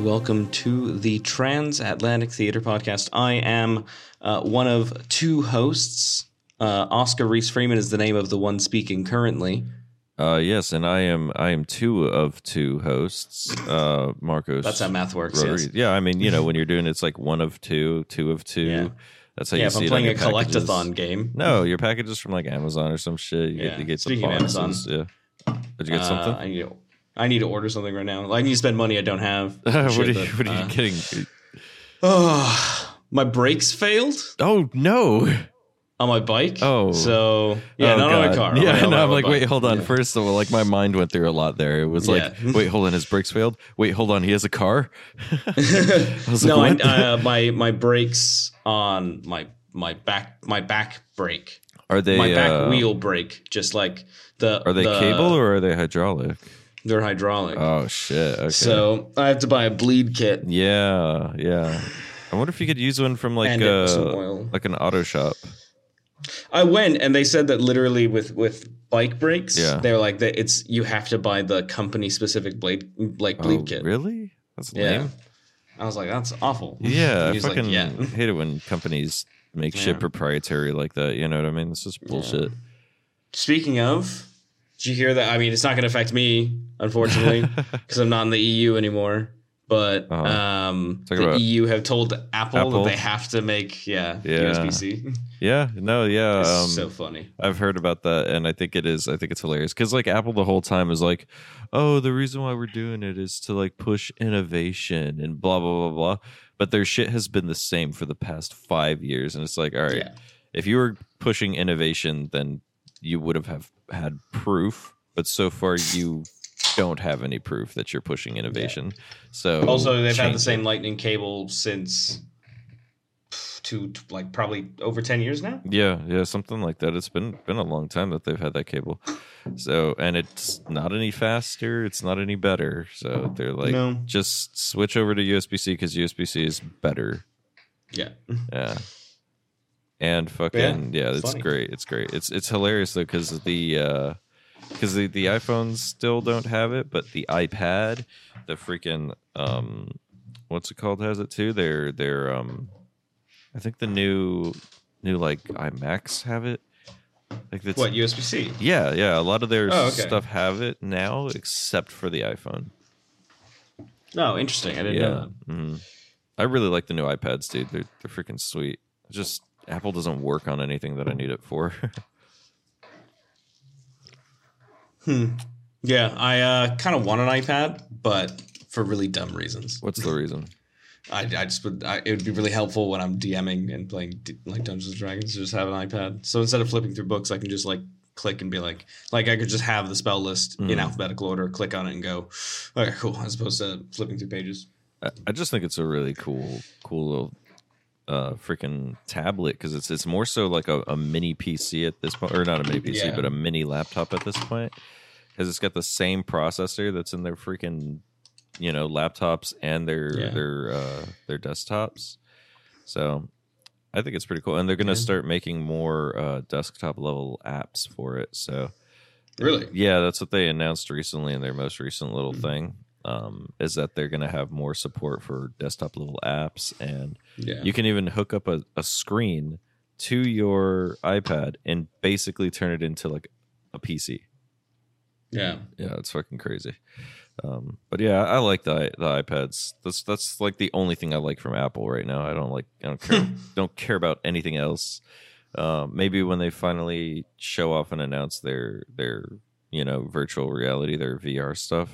welcome to the Transatlantic Theater Podcast. I am uh, one of two hosts. Uh, Oscar Reese Freeman is the name of the one speaking currently. Uh, yes, and I am I am two of two hosts. Uh, Marcos. That's how math works. Rodriguez. Yes. Yeah, I mean, you know, when you're doing it's like one of two, two of two. Yeah. That's how Yeah, you if see I'm it playing on a your packages. collectathon game. No, your packages from like Amazon or some shit. You Yeah. get you get Speaking the of Amazon. boxes. yeah. Did you get uh, something? I need, to, I need to order something right now. I need to spend money I don't have. what are Shit, you, but, what are you uh, kidding? Oh, my brakes failed Oh no! on my bike. Oh. so yeah, Oh, not on my God. car. Yeah, on no, my- on I'm my like, bike. wait, hold on. Yeah. First of all, like my mind went through a lot there. It was like, Yeah. wait, hold on, his brakes failed. Wait, hold on, he has a car. was no, like, I, uh, my my brakes on my my back my back brake Are they my back uh, wheel brake just like the Are they the- cable or are they hydraulic? they're hydraulic Oh shit! Okay. so I have to buy a bleed kit yeah, yeah. I wonder if you could use one from like and uh, some oil like an auto shop. I went and they said that literally with with bike brakes Yeah. they're like that it's you have to buy the company specific blade like bleed oh, kit really? That's yeah lame. I was like that's awful Yeah, I He's like, fucking yeah. hate it when companies make Yeah. shit proprietary like that. You know what I mean? It's just bullshit. Speaking of, did you hear that? I mean, it's not going to affect me, unfortunately, because I'm not in the EU anymore. But Uh-huh. um, Talk the about- EU have told Apple, Apple? that they have to make yeah, Yeah. USB-C. It's Yeah. No. Yeah. um, so funny. I've heard about that, and I think it is. I think it's hilarious because like Apple the whole time is like, oh, the reason why we're doing it is to like push innovation and blah blah blah blah. But their shit has been the same for the past five years, and it's like, all right, Yeah. if you were pushing innovation, then you would have, have had proof. But so far, you don't have any proof that you're pushing innovation. So Also, they've had change the it. same Lightning cable since pff, two, t- like probably over ten years now. Yeah, yeah, something like that. It's been been a long time that they've had that cable. So, and it's not any faster, it's not any better. So, they're like No. just switch over to USB-C cuz USB-C is better. Yeah, Yeah. And fucking yeah, it's it's funny. great. It's great. It's it's hilarious though cuz the uh cuz the the iPhones still don't have it, but the iPad, the freaking um what's it called has it too. Their their um I think the new new like iMacs have it. Like that's what USB-C? yeah, yeah. A lot of their Oh, okay. stuff have it now, except for the iPhone. No, interesting. I didn't know yeah, that. Mhm. I really like the new iPads, dude. They're they're freaking sweet. Just Apple doesn't work on anything that I need it for. Hmm. Yeah, I uh, kind of want an iPad, but for really dumb reasons. What's the reason? I, I just would I, it would be really helpful when I'm DMing and playing D- like Dungeons and Dragons to just have an iPad. So instead of flipping through books, I can just like click and be like like I could just have the spell list in Mhm. alphabetical order, click on it and go, okay, cool, as opposed to flipping through pages. I, I just think it's a really cool, cool little uh freaking tablet because it's it's more so like a, a mini PC at this point, or not a mini PC, Yeah. but a mini laptop at this point, because it's got the same processor that's in their freaking you know laptops and their Yeah. their uh their desktops. So I think it's pretty cool, and they're gonna Yeah. start making more uh desktop level apps for it. So Really? yeah, that's what they announced recently in their most recent little Mhm. thing. Um, is that they're going to have more support for desktop level apps, and Yeah. you can even hook up a, a screen to your iPad and basically turn it into like a PC. yeah. Yeah, it's fucking crazy. Um, but yeah, I like the i- the iPads. That's that's like the only thing I like from Apple right now. I don't like I don't care don't care about anything else. Uh, maybe when they finally show off and announce their their you know virtual reality their VR stuff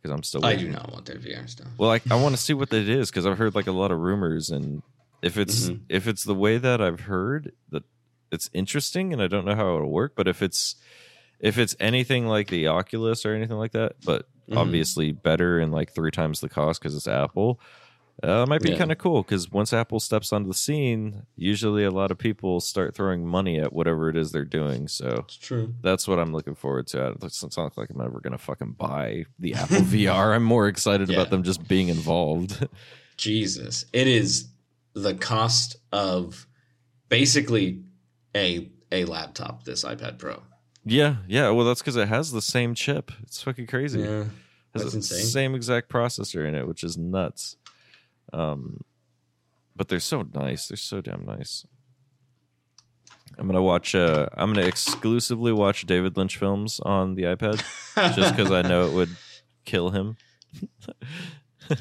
because I'm still I waiting. do not want their VR stuff. well I, I want to see what it is because I've heard like a lot of rumors and if it's Mhm. if it's the way that I've heard that it's interesting and I don't know how it'll work but if it's if it's anything like the Oculus or anything like that but Mhm. obviously better and like three times the cost because it's Apple. Uh, it might be Yeah. kind of cool because once Apple steps onto the scene, usually a lot of people start throwing money at whatever it is they're doing. So It's true. that's what I'm looking forward to. It's it's not like I'm ever going to fucking buy the Apple VR. I'm more excited Yeah. about them just being involved. Jesus. It is the cost of basically a a laptop, this iPad Pro. yeah, yeah. Well, that's because it has the same chip. It's fucking crazy. Yeah. has That's the insane. same exact processor in it, which is nuts. Um, but they're so nice. They're so damn nice. I'm gonna watch. Uh, I'm gonna exclusively watch David Lynch films on the iPad just because I know it would kill him.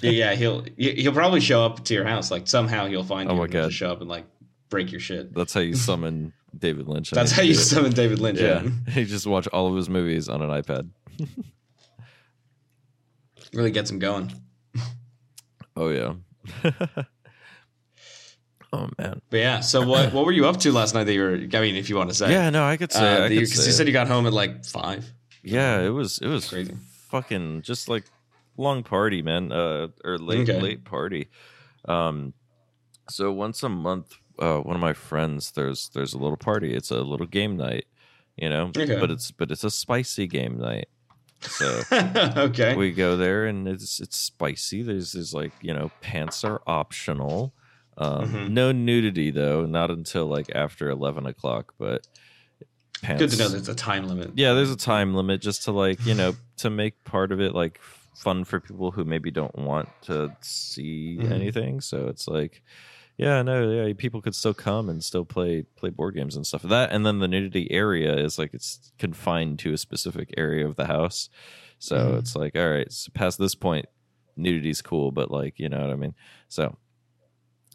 yeah, yeah, he'll he- he'll probably show up to your house. Like somehow he'll find Oh you my and he'll God. just show up and like break your shit. That's how you summon David Lynch. I That's hate how to you do it. summon David Lynch. Yeah, Yeah, you just watch all of his movies on an iPad. really gets him going. Oh yeah. oh man. But yeah, so what what were you up to last night? That you were, I mean, if you want to say, Yeah, no, I could say. because I could Uh, you, 'cause say you it. said you got home at like five. yeah, it was it was Crazy. fucking just like long party, man, uh, or late Okay. late party. Um, so once a month, uh, one of my friends there's there's a little party. It's a little game night, you know, Okay. but it's but it's a spicy game night. So. okay. we go there and it's it's spicy. There's there's like you know pants are optional. Um, Mhm. No nudity though, not until like after eleven o'clock. But pants. Good to know there's a time limit. Yeah, there's a time limit just to like you know to make part of it like fun for people who maybe don't want to see Mhm. anything. So it's like. Yeah, no, yeah, people could still come and still play play board games and stuff. That and then the nudity area is like it's confined to a specific area of the house. So Mhm. it's like, all right, so past this point, nudity's cool, but like, you know what I mean? So,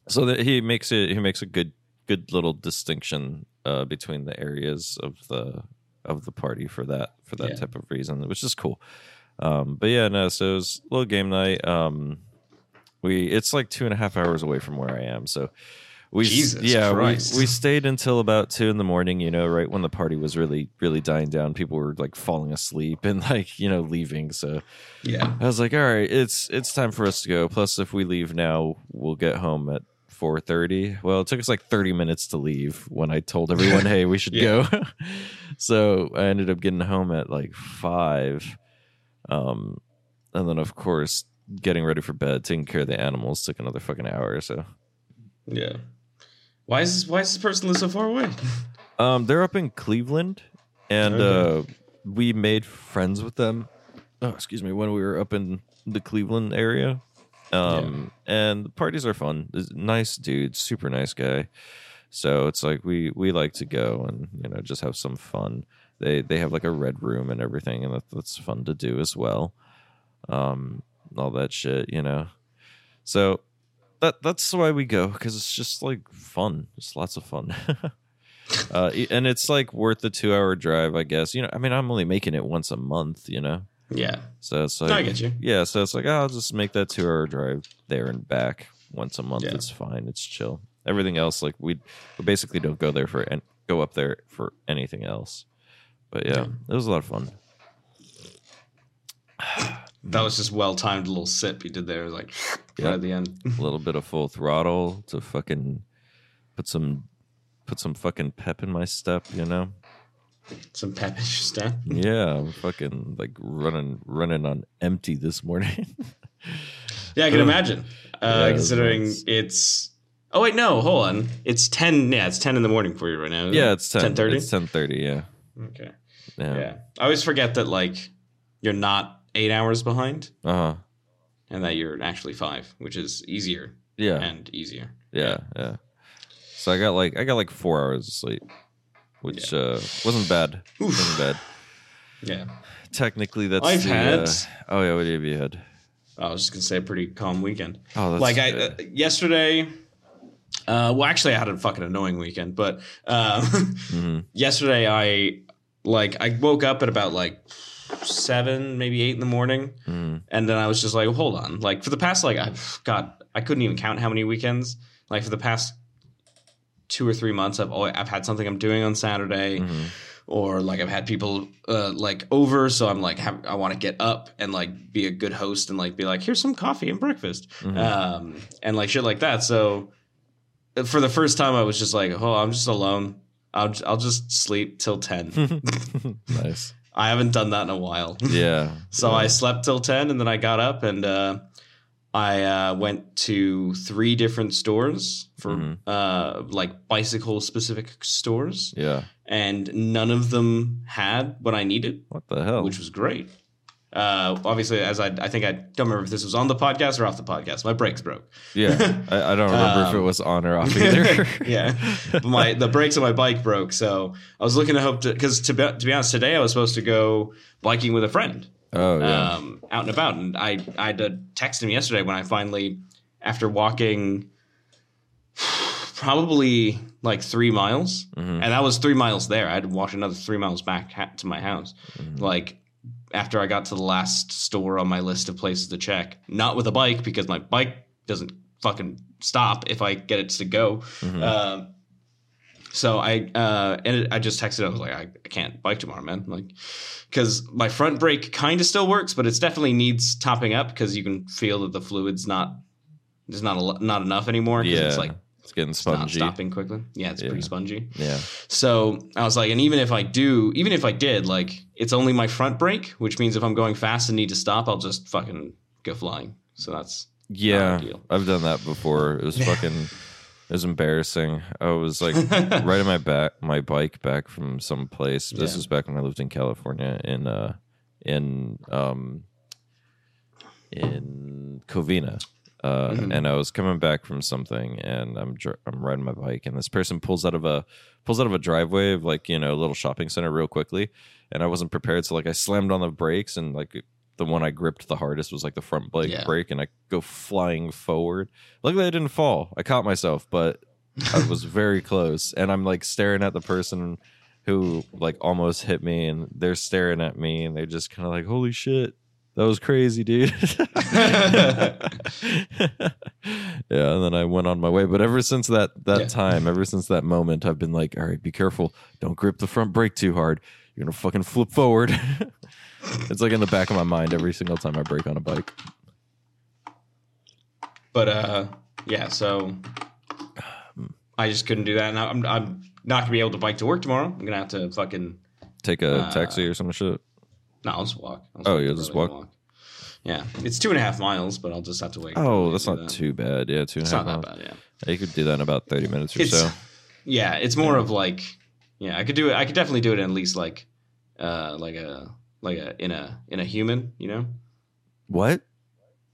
so that he makes it, he makes a good, good little distinction uh, between the areas of the of the party for that for that Yeah. type of reason, which is cool. Um, but yeah, no, so it was a little game night. Um, we it's like two and a half hours away from where I am, so. We, s- Jesus yeah, we, Christ. we stayed until about two in the morning, you know, right when the party was really, really dying down. People were like falling asleep and like, you know, leaving. So Yeah. I was like, all right, it's it's time for us to go. Plus, if we leave now, we'll get home at four thirty. Well, it took us like thirty minutes to leave when I told everyone, hey, we should Yeah. go. so I ended up getting home at like five. Um and then of course getting ready for bed, taking care of the animals took another fucking hour or so. Yeah. Why is this, why is this person live so far away? Um, they're up in Cleveland, and Okay. uh, we made friends with them. Oh, excuse me, when we were up in the Cleveland area. Um, and the parties are fun. There's a Nice dude, super nice guy. So it's like we we like to go and you know just have some fun. They they have like a red room and everything, and that, that's fun to do as well. Um, all that shit, you know. So that that's why we go because it's just like fun. It's lots of fun. uh, e- and it's like worth the two hour drive, I guess. You know, I mean, I'm only making it once a month, you know. Yeah. So it's No, I like, get you. yeah. So it's like, "Oh, I'll just make that two hour drive there and back once a month. Yeah. It's fine. It's chill. Everything else, like we, we basically don't go there for and go up there for anything else. But yeah, Yeah. it was a lot of fun. That was just well timed little sip you did there, like Yeah. right at the end. a little bit of full throttle to fucking put some put some fucking pep in my step, you know? Some pep in your step. Yeah, I'm fucking like running running on empty this morning. Yeah, I can Ugh. imagine. Uh, Yeah, it was considering nuts. it's oh wait no hold on it's ten yeah it's ten in the morning for you right now isn't yeah, it? it's 10 10:30? It's 10:30, yeah. okay Yeah. yeah. I always forget that like you're not eight hours behind Uh-huh. and that you're actually five which is easier Yeah. and easier Yeah, yeah. So I got like I got like 4 hours of sleep, which uh wasn't bad. Oof. Wasn't bad. yeah Technically that's I've the, had uh, Oh yeah, what do you have you had? I was just gonna say a pretty calm weekend Oh, that's like I uh, good. yesterday. Uh, well, actually, I had a fucking annoying weekend, but um, Mhm. yesterday I like I woke up at about like seven, maybe eight in the morning, Mhm. and then I was just like, hold on, like for the past like I God, I couldn't even count how many weekends. Like for the past two or three months, I've always, I've had something I'm doing on Saturday Mhm. or like I've had people uh, like over, so I'm like have, I want to get up and like be a good host and like be like here's some coffee and breakfast, Mhm. um, and like shit like that. So uh, for the first time, I was just like, oh, I'm just alone. I'll j- I'll just sleep till Hmm. ten. mm-hmm. nice. I haven't done that in a while, Uh, Yeah. so yeah. I slept till ten, and then I got up and uh, I uh, went to three different stores for Mhm. uh, like bicycle specific stores, Yeah. and none of them had what I needed What the hell? which was great. Uh, obviously, as I, I think I don't remember if this was on the podcast or off the podcast. My brakes broke. Yeah, I, I don't remember if it Um, was on or off either. yeah, But my the brakes on my bike broke, so I was looking to hope to because to be, to be honest, today I was supposed to go biking with a friend Oh yeah. um, out and about, and I I had to text him yesterday when I finally after walking probably like three miles, Mhm. and that was three miles there. I had to walk another three miles back ha- to my house, mm-hmm, like. After I got to the last store on my list of places to check, not with a bike because my bike doesn't fucking stop if I get it to go. Mhm. Um, so I uh, and I just texted. I was like, I, I can't bike tomorrow, man. Like, because my front brake kind of still works, but it's definitely needs topping up because you can feel that the fluid's not there's not a, lo- not enough anymore. 'cause yeah, it's like it's getting it's not spongy. stopping quickly. Yeah, it's Yeah. pretty spongy. Yeah. So I was like, and even if I do, even if I did, like, it's only my front brake, which means if I'm going fast and need to stop, I'll just fucking go flying. So that's Yeah, ideal. I've done that before. It was fucking, it was embarrassing. I was like riding my back, my bike back from some place. This Yeah. was back when I lived in California, in uh, in um, in Covina, uh, Mhm. and I was coming back from something, and I'm dr- I'm riding my bike, and this person pulls out of a pulls out of a driveway of like you know a little shopping center real quickly, and I wasn't prepared, so like I slammed on the brakes and like. The one I gripped the hardest was like the front brake, Yeah. brake, and I go flying forward. Luckily, I didn't fall. I caught myself, but I was very close, and I'm like staring at the person who like almost hit me, and they're staring at me, and they're just kind of like, "Holy shit, that was crazy, dude." yeah, and then I went on my way. But ever since that that Yeah. time, ever since that moment, I've been like, "All right, be careful. Don't grip the front brake too hard. You're gonna fucking flip forward." it's like in the back of my mind every single time I brake on a bike. but uh yeah so i just couldn't do that and i'm, I'm not gonna be able to bike to work tomorrow i'm gonna have to fucking Take a Uh, taxi or some shit. no i'll just walk I'll Oh, take you'll the just road and walk? yeah it's two and a half miles but i'll just have to wait Oh, and that's do not that. too bad. Yeah, two and a it's half not that miles. bad yeah You could do that in about 30 minutes or it's so. yeah it's more of like yeah i could do it i could definitely do it in at least like uh like a like a in a in a human you know What?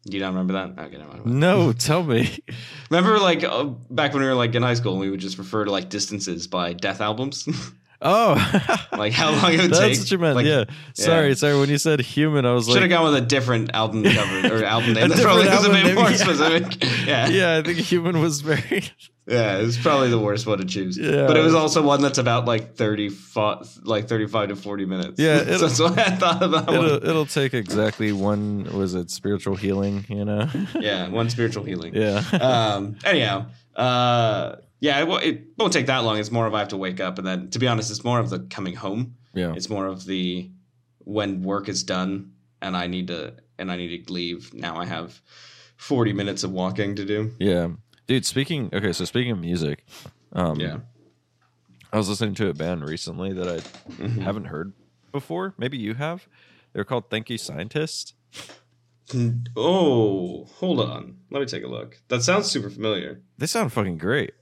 do you not remember that okay never mind. No, tell me. remember like uh, back when we were like in high school and we would just refer to like distances by death albums Oh, Like, how long it would That's take? what you meant. Like- yeah. Sorry, yeah. sorry. When you said human, I was Should have like, gone with a different album cover or album A name. That probably different was a album bit name, more yeah. specific. Yeah. yeah, yeah, I think human was very. it was probably the worst one to choose. Yeah. but it was also one that's about like thirty, like thirty-five to forty minutes. Yeah, so that's what I thought about. that one. It'll, it'll take exactly one. Was it spiritual healing? You know. Yeah, one spiritual healing. yeah. Um. Anyhow. Uh. Yeah. It, wo- it won't take that long. It's more of I have to wake up and then, to be honest, it's more of the coming home. yeah. It's more of the when work is done and I need to and I need to leave. Now I have forty minutes of walking to do. Yeah. Dude, speaking. Okay, so speaking of music, um, Yeah. I was listening to a band recently that I Mm-hmm. haven't heard before. Maybe you have. They're called Thank You Scientist. Oh, hold on. Let me take a look. That sounds super familiar. They sound fucking great.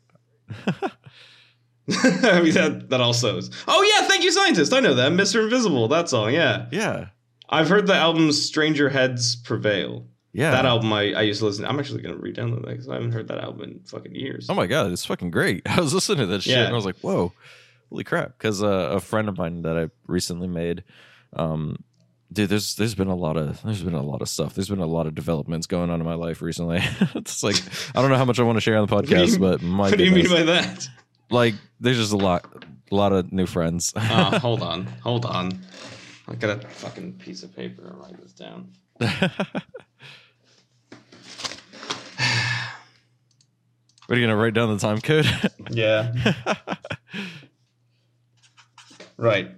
I mean, that, that also is. Oh, yeah, thank you, scientist. I know that. Mr. Invisible, that song, yeah. Yeah. I've heard the album Stranger Heads Prevail. Yeah. That album I, I used to listen I'm actually going to re download that because I haven't heard that album in fucking years. Oh my god, it's fucking great. I was listening to that shit Yeah. and I was like, whoa, holy crap. Because uh, a friend of mine that I recently made, um, dude, there's there's been a lot of there's been a lot of stuff. There's been a lot of developments going on in my life recently. it's like I don't know how much I want to share on the do you- podcast, but my what do you mean goodness. by that? like there's just a lot a lot of new friends. Uh, hold on. Hold on. I got a fucking piece of paper and write this down. What are you gonna write down the time code? Yeah. right.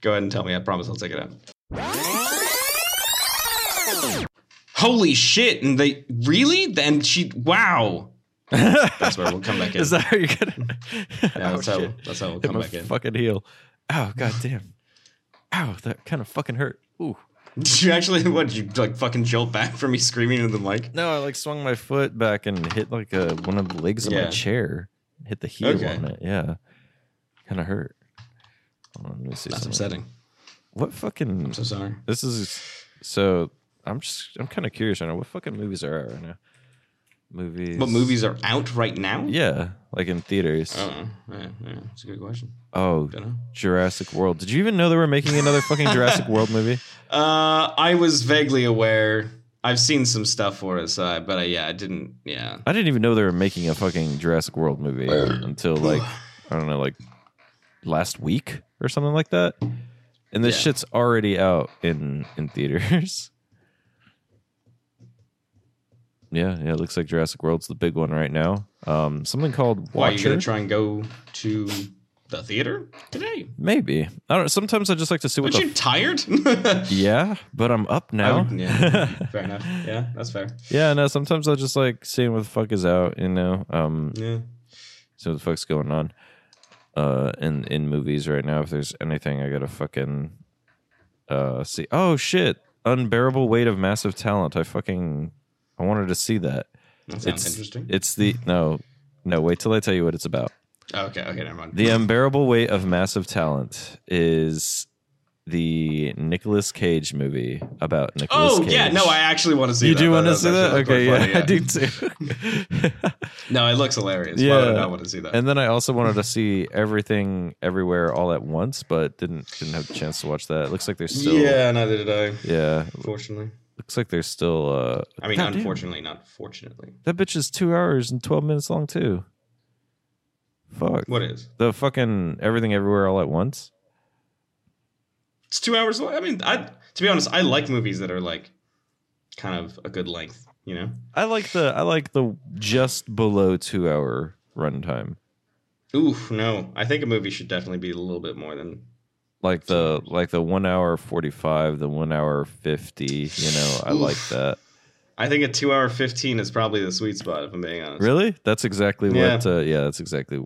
Go ahead and tell me. I promise I'll take it out. Holy shit! And they really? Then she. Wow. That's where we'll come back in. Is that how you're gonna? yeah, that's Oh, how. shit. That's how we'll Hit come my back in. fucking heel. Ow, goddamn. Ow, that kind of fucking hurt. Ooh. Did you actually? What? Did you like fucking jolt back from me screaming into the mic? No, I like swung my foot back and hit like a, one of the legs of my Yeah. chair. Hit the heel Okay. on it. Yeah. Kind of hurt. Hold on, let me see. That's something. upsetting. What fucking. I'm so sorry. This is So I'm just I'm kind of curious right now. What fucking movies are out right now? Movies. What movies Oh. are out right now? Yeah, like in theaters. I don't know. Yeah, yeah, it's a good question. Oh, Don't know. Jurassic World. Did you even know they were making another fucking Jurassic World movie? Uh, I was vaguely aware. I've seen some stuff for it, so I, but I, yeah, I didn't. Yeah, I didn't even know they were making a fucking Jurassic World movie until like I don't know, like last week or something like that. And this Yeah. shit's already out in in theaters. yeah, yeah, it looks like Jurassic World's the big one right now. Um, something called why you Watcher. gonna try and go to the theater today? Maybe I don't. Sometimes I just like to see what Aren't the. you tired? f- yeah, but I'm up now. would- yeah. fair enough. Yeah, that's fair. Yeah, no, sometimes I just like seeing what the fuck is out, you know, um, Yeah. see what the fuck's going on, uh, in in movies right now. If there's anything I gotta fucking, uh, see. Oh shit! Unbearable weight of massive talent. I fucking, I wanted to see that. That sounds It's- interesting. It's the no, no. Wait till I tell you what it's about. Oh, okay, okay, never mind. The unbearable weight of massive talent is the Nicolas Cage movie about Nicolas oh Cage. yeah, no, I actually want to see. you that. do want to does see that? actually look Okay, yeah, quite I funny, do too. No, it looks hilarious. Why Yeah. would I not want to see that? and then I also wanted to see everything everywhere all at once, but didn't didn't have a chance to watch that. It looks like there's still yeah, neither did I. yeah, Fortunately, looks like there's still uh I mean, God damn, unfortunately, not fortunately. that bitch is two hours and twelve minutes long too. Fuck. What is? The fucking everything everywhere all at once. It's two hours long. I mean, I to be honest, I like movies that are like kind of a good length. You know, I like the I like the just below two hour runtime. oof, no, I think a movie should definitely be a little bit more than. Like the like the one hour forty five, the one hour fifty, you know, I like Oof. that. I think a two hour fifteen is probably the sweet spot. If I'm being honest, Really? That's exactly Yeah. what. Uh, yeah, that's exactly.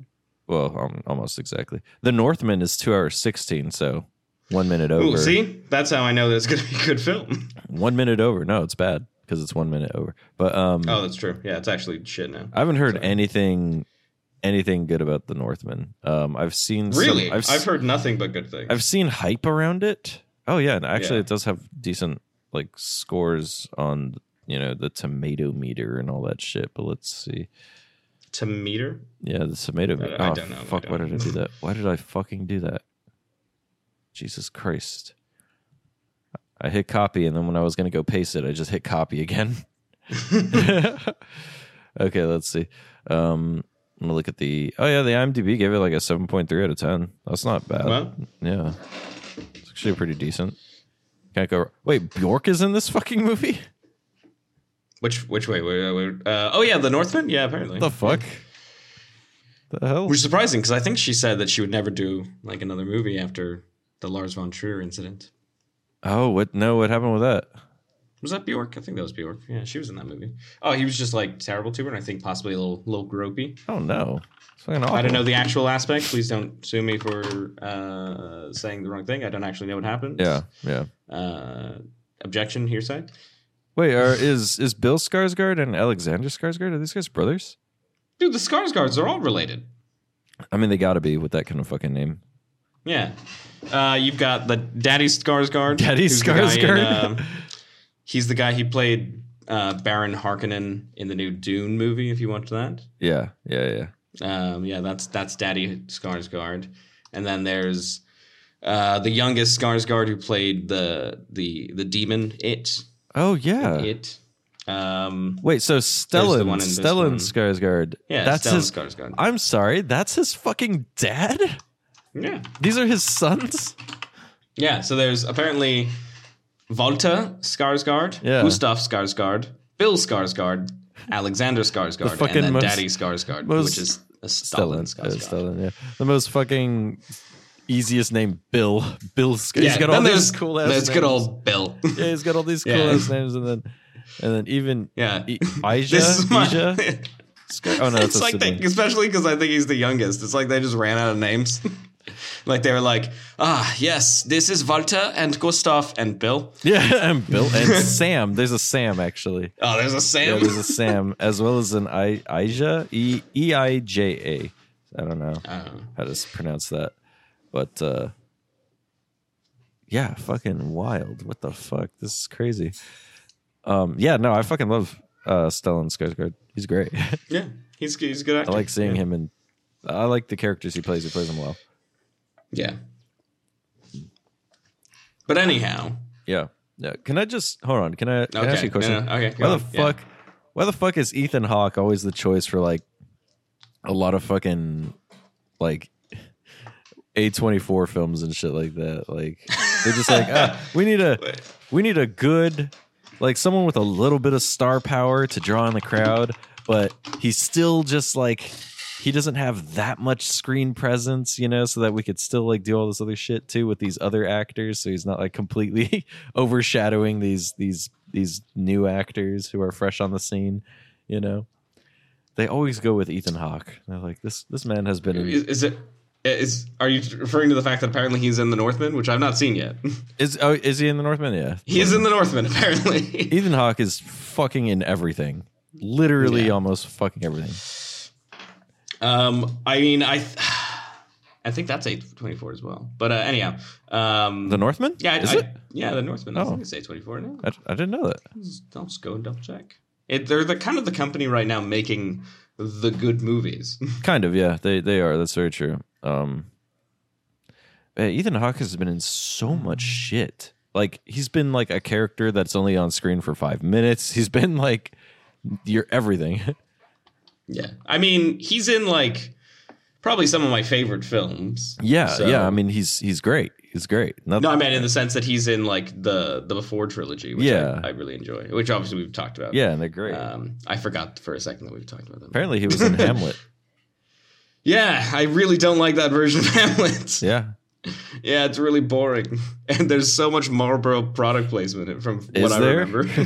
Well, um, almost exactly. The Northman is two hours sixteen, so one minute over. Ooh, see, that's how I know that it's going to be a good film. One minute over. No, it's bad because it's one minute over. But um, oh, that's true. Yeah, it's actually shit now. I haven't heard sorry. anything, anything good about the Northman. Um, I've seen some- Really, I've, I've, s- heard nothing but good things. I've seen hype around it. Oh yeah, and actually, Yeah. it does have decent like scores on you know the tomato meter and all that shit. But let's see. to meter. Yeah, the tomato. meat. Uh, I oh, don't know. I Fuck! Why don't did I do that? Why did I fucking do that? Jesus Christ! I hit copy, and then when I was gonna go paste it, I just hit copy again. okay, let's see. Um, I'm gonna look at the. Oh yeah, the IMDb gave it like a 7.3 out of 10. That's not bad. well, yeah, it's actually pretty decent. Can't go. Wait, Bjork is in this fucking movie. which which way? Wait, wait, wait, Uh, oh yeah, the Northman. Yeah, apparently. The fuck? The hell? Which is surprising because I think she said that she would never do like another movie after the Lars von Trier incident. Oh, what? No, what happened with that? Was that Bjork? I think that was Bjork. Yeah, she was in that movie. Oh, he was just like terrible to her, and I think possibly a little little gropey. I don't know. Oh, It's fucking awful. I don't know the actual aspect. Please don't sue me for uh, saying the wrong thing. I don't actually know what happened. Yeah, yeah. Uh, objection, hearsay. Wait, are, is is Bill Skarsgård and Alexander Skarsgård are these guys brothers? Dude, the Skarsgårds are all related. I mean, they gotta be with that kind of fucking name. Yeah. Uh, you've got the Daddy Skarsgård. Daddy who's the guy in, Skarsgård? um, he's the guy he played uh, Baron Harkonnen in the new Dune movie. If you watched that, Yeah, yeah, yeah. um, yeah, that's that's Daddy Skarsgård. And then there's uh, the youngest Skarsgård who played the the the demon It Oh yeah. It. Um, Wait, so Stellan one in this Stellan one. Skarsgård. yeah, that's Stellan his. Skarsgård. I'm sorry, that's his fucking dad. yeah. These are his sons. Yeah, so there's apparently Volta Skarsgård, Yeah. Gustav Skarsgård, Bill Skarsgård, Alexander Skarsgård, fucking and then most- Daddy Skarsgård, most- which is a Stalin uh, Skarsgård. Stellan. Yeah, the most fucking easiest name, Bill. Bill Skarsgård. Yeah, he's got then all there's these cool ass. There's good names. old Bill. Yeah, he's got all these cool Yeah. ass names, and then and then even E, Yeah. I- Ija. This is my- Ija? Skar- oh no, that's it's a like they, sibling. especially because I think he's the youngest. It's like they just ran out of names. like they were like, ah, yes, this is Volta and Gustav and Bill. Yeah, and Bill and Sam. There's a Sam actually. Oh, there's a Yeah, Sam. there's a Sam as well as an I Ija E E I J A. I don't know I don't know. how to s- pronounce that, but uh, yeah, fucking wild. What the fuck? This is crazy. Um, yeah, no, I fucking love uh, Stellan Skarsgård. He's great. Yeah, he's he's a good I actor. like seeing yeah. him, and I like the characters he plays. He plays them well. Yeah. But anyhow, Yeah. Yeah. Can I just hold on? Can I, can I okay. ask you a question? No, no, okay, go Why the on. Yeah. fuck? Why the fuck is Ethan Hawke always the choice for like a lot of fucking like A twenty four films and shit like that? Like they're just like ah, we need a we need a good like someone with a little bit of star power to draw in the crowd, but he's still just like he doesn't have that much screen presence, you know, so that we could still like do all this other shit too with these other actors, so he's not like completely overshadowing these these these new actors who are fresh on the scene, you know. They always go with Ethan Hawke. They're like this this man has been in, Is, is it? Is are you referring to the fact that apparently he's in the Northman, which I've not seen yet? is oh is he in the Northman? Yeah. he is in the Northman, apparently. Ethan Hawke is fucking in everything. Literally Yeah. almost fucking everything. um, I mean, I, th- I think that's a twenty four as well. But uh, anyhow, um, The Northman? yeah, I, is I- it? yeah, the Northman. I Oh. think it's a twenty four now. I, I didn't know that. I'll just go and double check. It, they're the kind of the company right now making the good movies. Kind of, yeah. They they are. That's very true. Um, eh, Ethan Hawke has been in so much shit. Like he's been like a character that's only on screen for five minutes. He's been like you're everything. yeah, I mean, he's in like probably some of my favorite films. yeah, So- yeah. I mean, he's he's great. He's great. Not- No, I meant in the sense that he's in like the the before trilogy, which Yeah. I, I really enjoy, which obviously we've talked about. yeah, and they're great. Um, I forgot for a second that we've talked about them. Apparently, he was in Hamlet. Yeah, I really don't like that version of Hamlet. Yeah, Yeah, it's really boring, and there's so much Marlboro product placement in it from what Is there? I remember.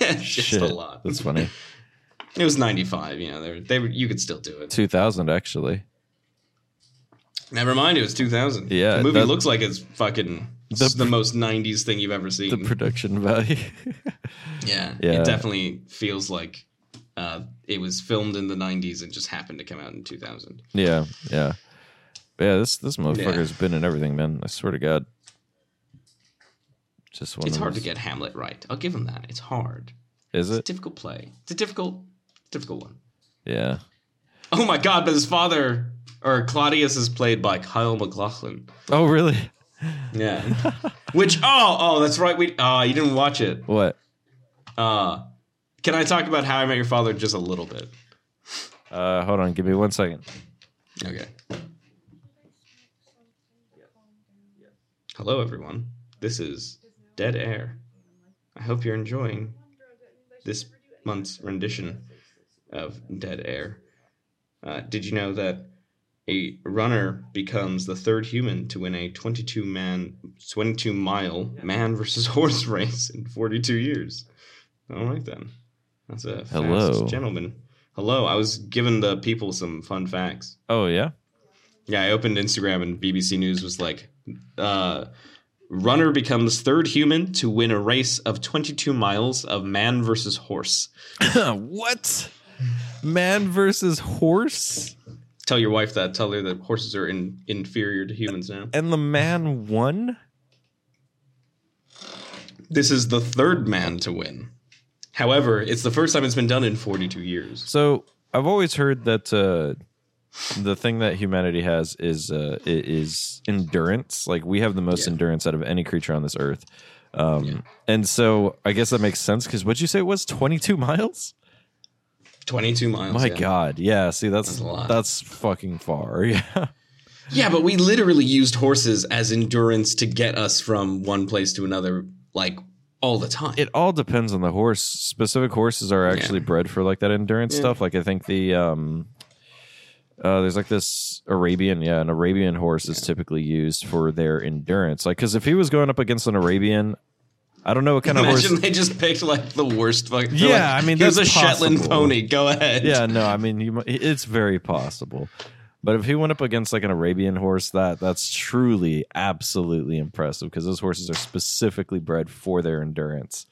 yeah, it's just shit. a lot. That's funny. It was 95. You know, they were, they were, you could still do it. Two thousand actually. Never mind, it was 2000. Yeah, the movie that- looks like it's fucking The- the, the most 90s thing you've ever seen. The production value. Yeah, Yeah. it definitely feels like uh, it was filmed in the '90s and just happened to come out in 2000. yeah, yeah, yeah. This this motherfucker's been in everything, man. I swear to God. Just one. it's of hard to those- get Hamlet right. I'll give him that. It's hard. Is It's a it? difficult play. It's a difficult, difficult one. Yeah. Oh my God! But his father or Claudius is played by Kyle MacLachlan. Oh, really? Yeah. Which oh oh that's right. We oh you didn't watch it. What? Uh, can I talk about How I Met Your Father just a little bit? Uh, hold on. Give me one second. Okay. Hello, everyone. This is Dead Air. I hope you're enjoying this month's rendition of Dead Air. Uh, did you know that a runner becomes the third human to win a 22 man, 22 mile man versus horse race in 42 years? All right then. That's a fast Hello. gentleman. Hello. I was giving the people some fun facts. Oh, yeah. Yeah, I opened Instagram and BBC News was like, uh, runner becomes third human to win a race of 22 miles of man versus horse. what? Man versus horse, Tell your wife that. Tell her that horses are in, inferior to humans now. and the man won. This is the third man to win. However, it's the first time it's been done in 42 years. So I've always heard that uh, the thing that humanity has is uh, i- is endurance. Like we have the most Yeah. endurance out of any creature on this earth. Um, And so I guess that makes sense because what'd you say it was? Twenty two miles. 22 miles. My yeah. God, yeah. See, that's That's a lot. that's fucking far. Yeah. Yeah, but we literally used horses as endurance to get us from one place to another, like all the time. it all depends on the horse. Specific horses are actually bred for like that endurance Yeah. stuff. Like I think the um uh there's like this Arabian, yeah, an Arabian horse is typically used for their endurance. Like cuz if he was going up against an Arabian, I don't know what kind of Imagine horse they just picked like the worst. Like, they're Yeah, like, I mean, here's that's a Shetland possible. pony. Go ahead. Yeah, no, I mean you, mu- it's very possible. But if he went up against like an Arabian horse, that that's truly absolutely impressive because those horses are specifically bred for their endurance.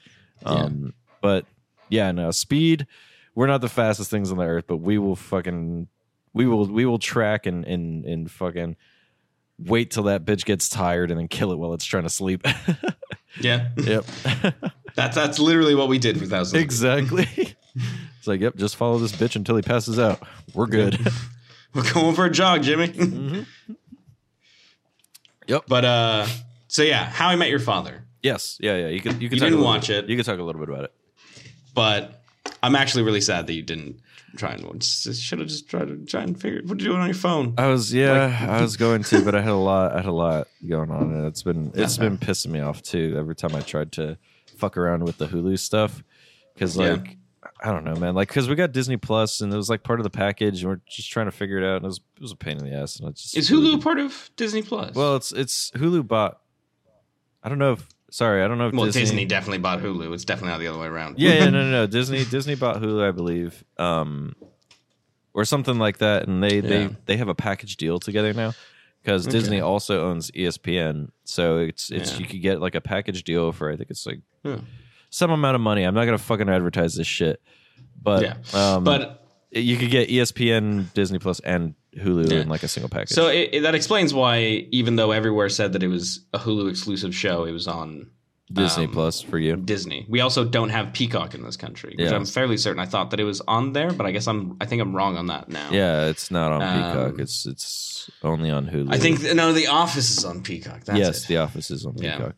Um, But yeah, no speed. We're not the fastest things on the earth, but we will fucking we will we will track and and and fucking wait till that bitch gets tired and then kill it while it's trying to sleep. Yeah. yep. That's that's literally what we did for thousands. of- exactly. It's like, yep, just follow this bitch until he passes out. We're good. We're going for a jog, Jimmy. Mhm. but uh so yeah, How I Met Your Father. Yes. Yeah, yeah. You could you could You talk a didn't little watch bit- it. You could talk a little bit about it. But I'm actually really sad that you didn't try and should have just tried to try and figure what do you do on your phone? I was yeah, I was going to, but I had a lot I had a lot going on and it's been it's been pissing me off too every time I tried to fuck around with the Hulu stuff cuz Yeah. like I don't know, man. Like cuz we got Disney Plus and it was like part of the package and we're just trying to figure it out and it was it was a pain in the ass and I just Is Hulu part of Disney Plus? Well, it's it's Hulu bought I don't know if sorry, I don't know if Well, Disney. definitely bought Hulu. It's definitely not the other way around. yeah, yeah, no, no, no. Disney Disney bought Hulu, I believe, um, or something like that, and they Yeah. they they have a package deal together now because Disney also owns E ESPN, so it's it's Yeah. you could get like a package deal for I think it's like Yeah. some amount of money. I'm not gonna fucking advertise this shit, but Yeah. um, But you could get E ESPN, Disney Plus, and Hulu Yeah. in like a single package. So um, it, it- that explains why, even though everywhere said that it was a Hulu exclusive show, it was on Disney um, Plus for you. Disney. We also don't have Peacock in this country, which Yeah. I'm fairly certain I thought that it was on there, but I guess I'm I think I'm wrong on that now. Yeah, it's not on Um, Peacock. It's it's only on Hulu. I think no, The Office is on Peacock. That's yes, it. The Office is on Yeah. Peacock.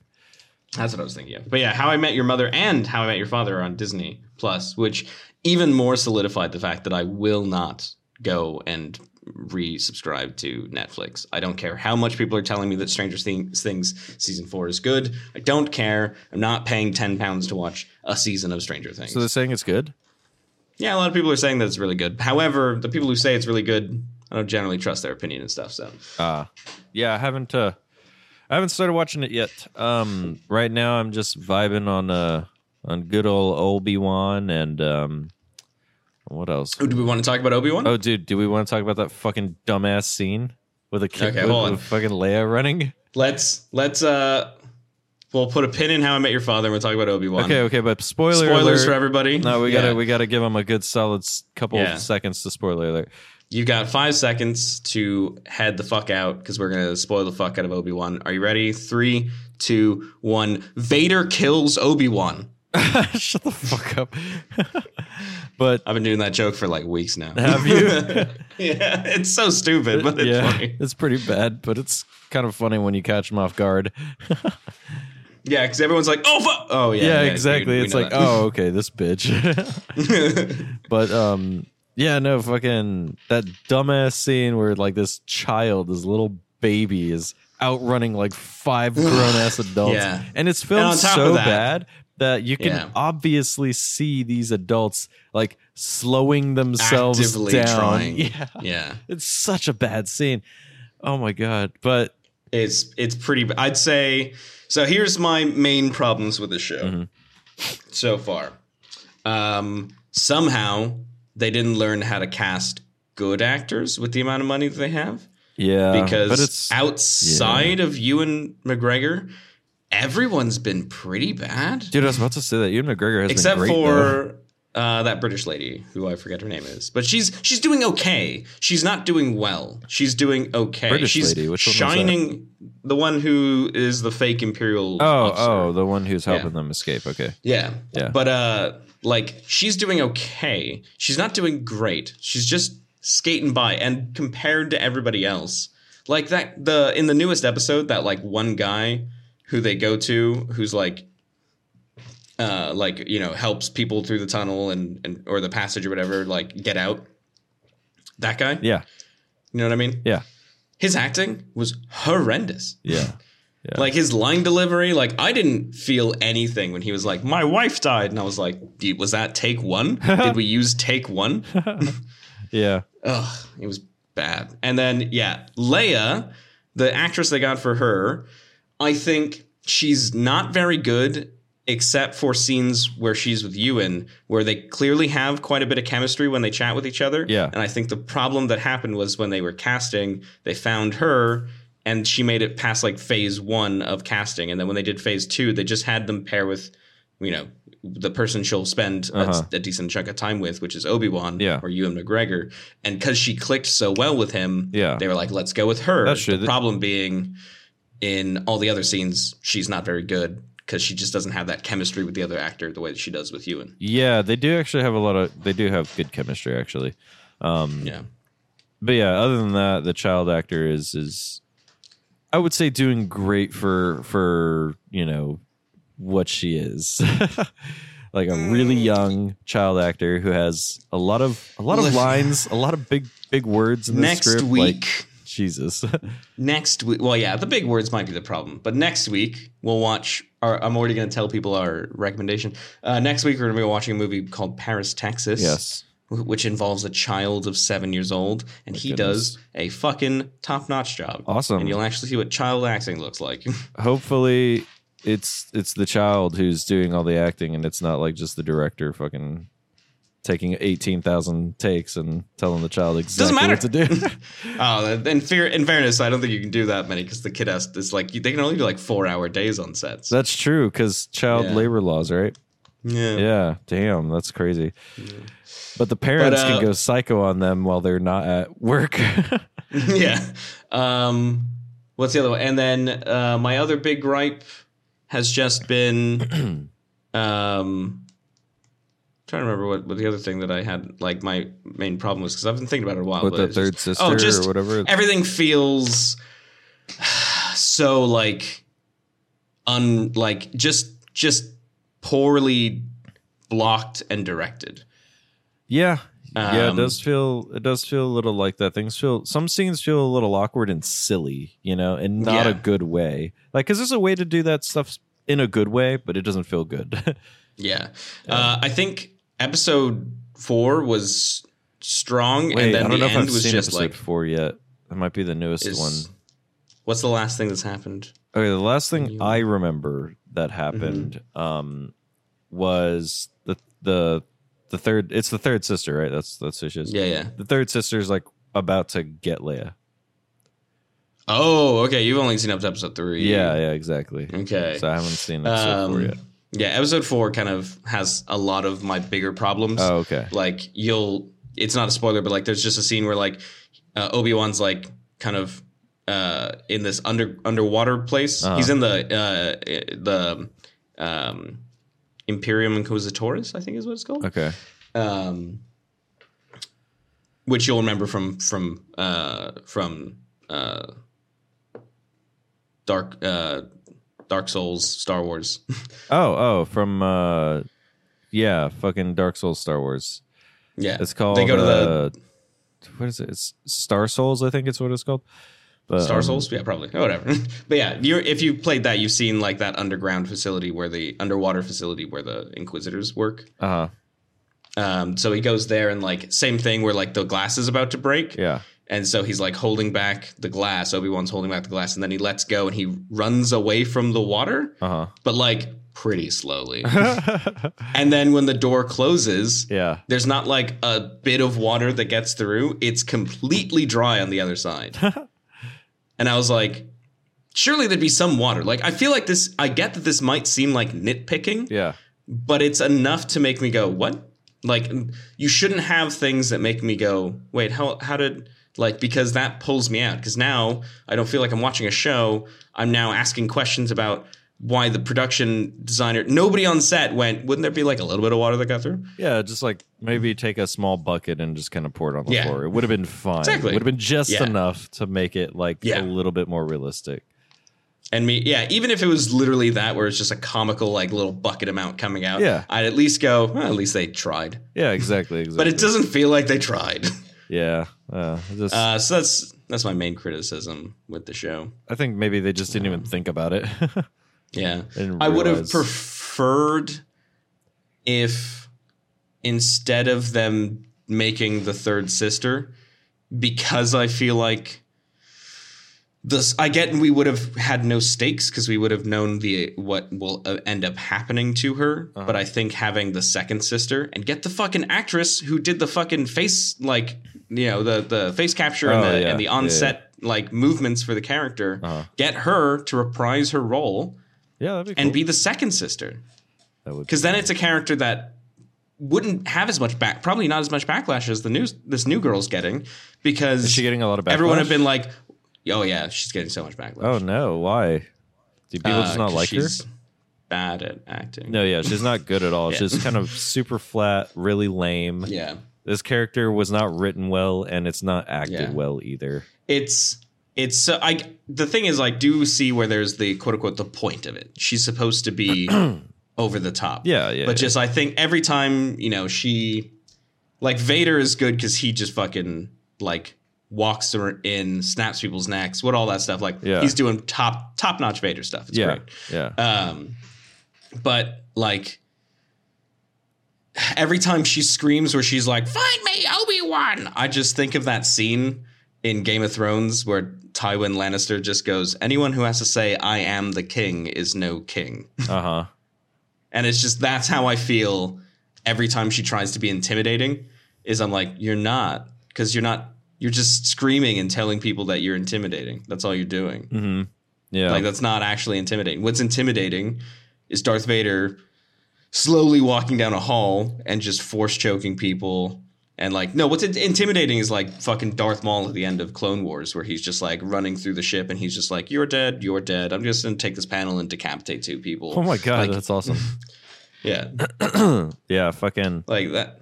That's what I was thinking of. But yeah, How I Met Your Mother and How I Met Your Father are on Disney Plus, which even more solidified the fact that I will not go and re-subscribe to Netflix. I don't care how much people are telling me that Stranger Things, Things season four is good. I don't care. I'm not paying ten pounds to watch a season of Stranger Things. So they're saying it's good. yeah, a lot of people are saying that it's really good. However, the people who say it's really good, I don't generally trust their opinion and stuff. So Uh yeah, I haven't uh I haven't started watching it yet. Um right now I'm just vibing on uh on good old Obi-Wan and um what else? Who Oh, do we want to talk about Obi Wan? Oh dude, do we want to talk about that fucking dumbass scene with a kid Okay, with, hold on. with fucking Leia running? Let's let's uh, we'll put a pin in How I Met Your Father. and We'll talk about Obi Wan. Okay, okay, but spoiler spoilers for alert. everybody. No, we Yeah. gotta we gotta give him a good solid s- couple Yeah. seconds to spoiler alert. You've got five seconds to head the fuck out because we're gonna spoil the fuck out of Obi Wan. Are you ready? Three, two, one. Vader kills Obi Wan. Shut the fuck up. but I've been doing that joke for like weeks now. Have you? yeah, it's so stupid, but it's yeah, funny. it's pretty bad, but it's kind of funny when you catch him off guard. Yeah, because everyone's like, "Oh fuck!" Oh yeah, yeah, yeah, exactly. dude, we it's know like, that. oh, okay, this bitch. but um, yeah, no, fucking that dumbass scene where like this child, this little baby, is outrunning like five grown ass adults, Yeah. and it's filmed And on top so of that- bad that you can Yeah. obviously see these adults like slowing themselves Actively down. trying. Yeah, yeah. it's such a bad scene. Oh my god! But It's it's pretty. b- I'd say. So here's my main problems with the show Mhm. so far. Um, somehow they didn't learn how to cast good actors with the amount of money that they have yeah, because Uh, but it's outside of Ewan McGregor, everyone's been pretty bad, dude. I was about to say that Ewan McGregor has except been great, though. for. Uh, that British lady, who I forget her name is, but she's she's doing okay. She's not doing well. She's doing okay. British she's lady? Which one was that? shining. The one who is the fake imperial. Oh, officer. oh, the one who's helping Yeah. them escape. Okay. Yeah. Yeah. But uh like she's doing okay. She's not doing great. She's just skating by and compared to everybody else. Like that the in the newest episode that like one guy who they go to who's like uh like you know helps people through the tunnel and, and or the passage or whatever like get out. That guy? Yeah. You know what I mean? Yeah. His acting was horrendous. Yeah. Yeah. Like his line delivery, like I didn't feel anything when he was like, "My wife died," and I was like, "D- "Was that take one? Did we use take one?" Yeah. Ugh, it was bad. And then yeah, Leia, the actress they got for her, I think she's not very good except for scenes where she's with Ewan, where they clearly have quite a bit of chemistry when they chat with each other. Yeah. And I think the problem that happened was when they were casting, they found her and she made it past like phase one of casting. And then when they did phase two, they just had them pair with you know the person she'll spend a- Uh-huh. a, decent chunk of time with, which is Obi Wan Yeah. or Ewan McGregor, and because she clicked so well with him, Yeah. they were like, let's go with her. That's true. The problem being, in all the other scenes, she's not very good because she just doesn't have that chemistry with the other actor the way that she does with Ewan. Yeah, they do actually have a lot of. They do have good chemistry actually. Um, Yeah, but yeah, other than that, the child actor is is I would say doing great for for you know what she is. like a Mm. really young child actor who has a lot of a lot of Listen. lines, a lot of big big words in the next script. week. Like, Jesus. next week well yeah the big words might be the problem but next week we'll watch our, i'm already going to tell people our recommendation uh, next week we're going to be watching a movie called paris texas yes. wh- which involves a child of seven years old and he does a fucking top-notch job Awesome. and you'll actually see what child acting looks like Hopefully it's it's the child who's doing all the acting and it's not like just the director fucking taking 18,000 takes and telling the child exactly doesn't matter what to do. uh, in, fear, in fairness i don't think you can do that many because the kid has it's like you- they can only do like four hour days on sets That's true because child Yeah. labor laws, right? yeah Yeah, damn, that's crazy. But the parents uh, can go psycho on them while they're not at work. yeah. Um, what's the other one? And then uh, my other big gripe has just been um, trying to remember what, what the other thing that I had like my main problem was because I've been thinking about it a while. With but the it's third just- sister oh, or just whatever. Everything feels so like un like just just poorly blocked and directed. yeah, yeah, it Um, does feel it does feel a little like that. Things feel some scenes feel a little awkward and silly, you know, and not a Yeah. good way. Like, because there's a way to do that stuff in a good way, but it doesn't feel good. Yeah. Uh, I think episode four was strong, Wait, and then I don't the know if end I've was seen just episode like. four yet. That might be the newest is- one. What's the last thing that's happened? Okay, the last thing I remember that Mm-hmm. happened um, was the the the third. It's the third sister, right? That's that's who she is. Yeah, yeah. The third sister is like about to get Leia. Oh, okay. You've only seen up to episode three. Yeah, yeah, exactly. Okay. So I haven't seen episode four Um, yet. yeah, episode four kind of has a lot of my bigger problems. Oh, okay. like you'll it's not a spoiler but like there's just a scene where like uh, obi-wan's like kind of uh in this under underwater place Uh-huh. he's in the uh the um imperium inquisitoris i think is what it's called Okay. um which you'll remember from from uh from uh dark uh dark souls star wars Oh, oh, from uh, yeah, fucking Dark Souls Star Wars. yeah It's called. they go to the uh, What is it? It's Star Souls, I think it's what it's called. But, Star um, Souls, yeah, probably, Oh, whatever. but yeah, you if you played that, you've seen like that underground facility where the underwater facility where the Inquisitors work. Uh-huh. Um, so he goes there and like same thing where like the glass is about to break, Yeah. and so he's like holding back the glass. Obi Wan's holding back the glass, and then he lets go and he runs away from the water, Uh but like pretty slowly. huh. and then when the door closes. yeah. There's not like a bit of water that gets through. It's completely dry on the other side. and I was like, surely there'd be some water. Like, I feel like this, I get that this might seem like nitpicking, Yeah. but it's enough to make me go, what? Like, you shouldn't have things that make me go, wait, how, how did, like, because that pulls me out. Because now I don't feel like I'm watching a show. I'm now asking questions about why the production designer, nobody on set went, wouldn't there be like a little bit of water that got through? Yeah, just like maybe take a small bucket and just kind of pour it on the Yeah. floor. It would have been fine. Exactly. It would have been just Yeah. enough to make it like Yeah. a little bit more realistic. And me, yeah, even if it was literally that, where it's just a comical, like little bucket amount coming out, Yeah. I'd at least go, well, at least they tried. Yeah, exactly. exactly. But it doesn't feel like they tried. Yeah. Uh, it just, Uh, so that's that's my main criticism with the show. I think maybe they just didn't even think about it. Yeah, Didn't I would have realize. preferred if instead of them making the third sister, because I feel like this. I get we would have had no stakes because we would have known the what will uh, end up happening to her. Uh-huh. But I think having the second sister and get the fucking actress who did the fucking face like you know the the face capture and Oh, the yeah. and the Yeah, on yeah. set like movements for the character. Uh-huh. Get her to reprise her role yeah, that'd be cool. and be the second sister. That would because then it's a character that wouldn't have as much back, probably not as much backlash as the new this new girl's getting, because Is she getting a lot of backlash? everyone have been like, "Oh yeah, she's getting so much backlash." Oh no! Why? Do people Uh, just not 'cause like her? she's Bad at acting. No, yeah, she's not good at all. Yeah. She's just kind of super flat, really lame. Yeah, This character was not written well, and it's not acted Yeah. well either. it's it's so I the thing is I do see where there's the quote unquote the point of it. She's supposed to be over the top. Yeah, yeah. but just I think every time you know she, like Vader is good because he just fucking like walks her in, snaps people's necks, what all that stuff. Like Yeah. he's doing top top notch Vader stuff. It's yeah, great. yeah, Um, but like every time she screams, where she's like, "Find me, Obi Wan," I just think of that scene in Game of Thrones where Tywin Lannister just goes, "Anyone who has to say I am the king is no king," uh huh. and it's just that's how I feel every time she tries to be intimidating. Is I'm like, "You're not," because you're not. You're just screaming and telling people that you're intimidating. That's all you're doing. hmm Yeah, Like that's not actually intimidating. What's intimidating is Darth Vader slowly walking down a hall and just force choking people. And like, no, what's in- intimidating is like fucking Darth Maul at the end of Clone Wars, where he's just like running through the ship and he's just like, "You're dead, you're dead. I'm just gonna take this panel and decapitate two people." oh my god, like- that's awesome. Yeah, yeah, fucking like that.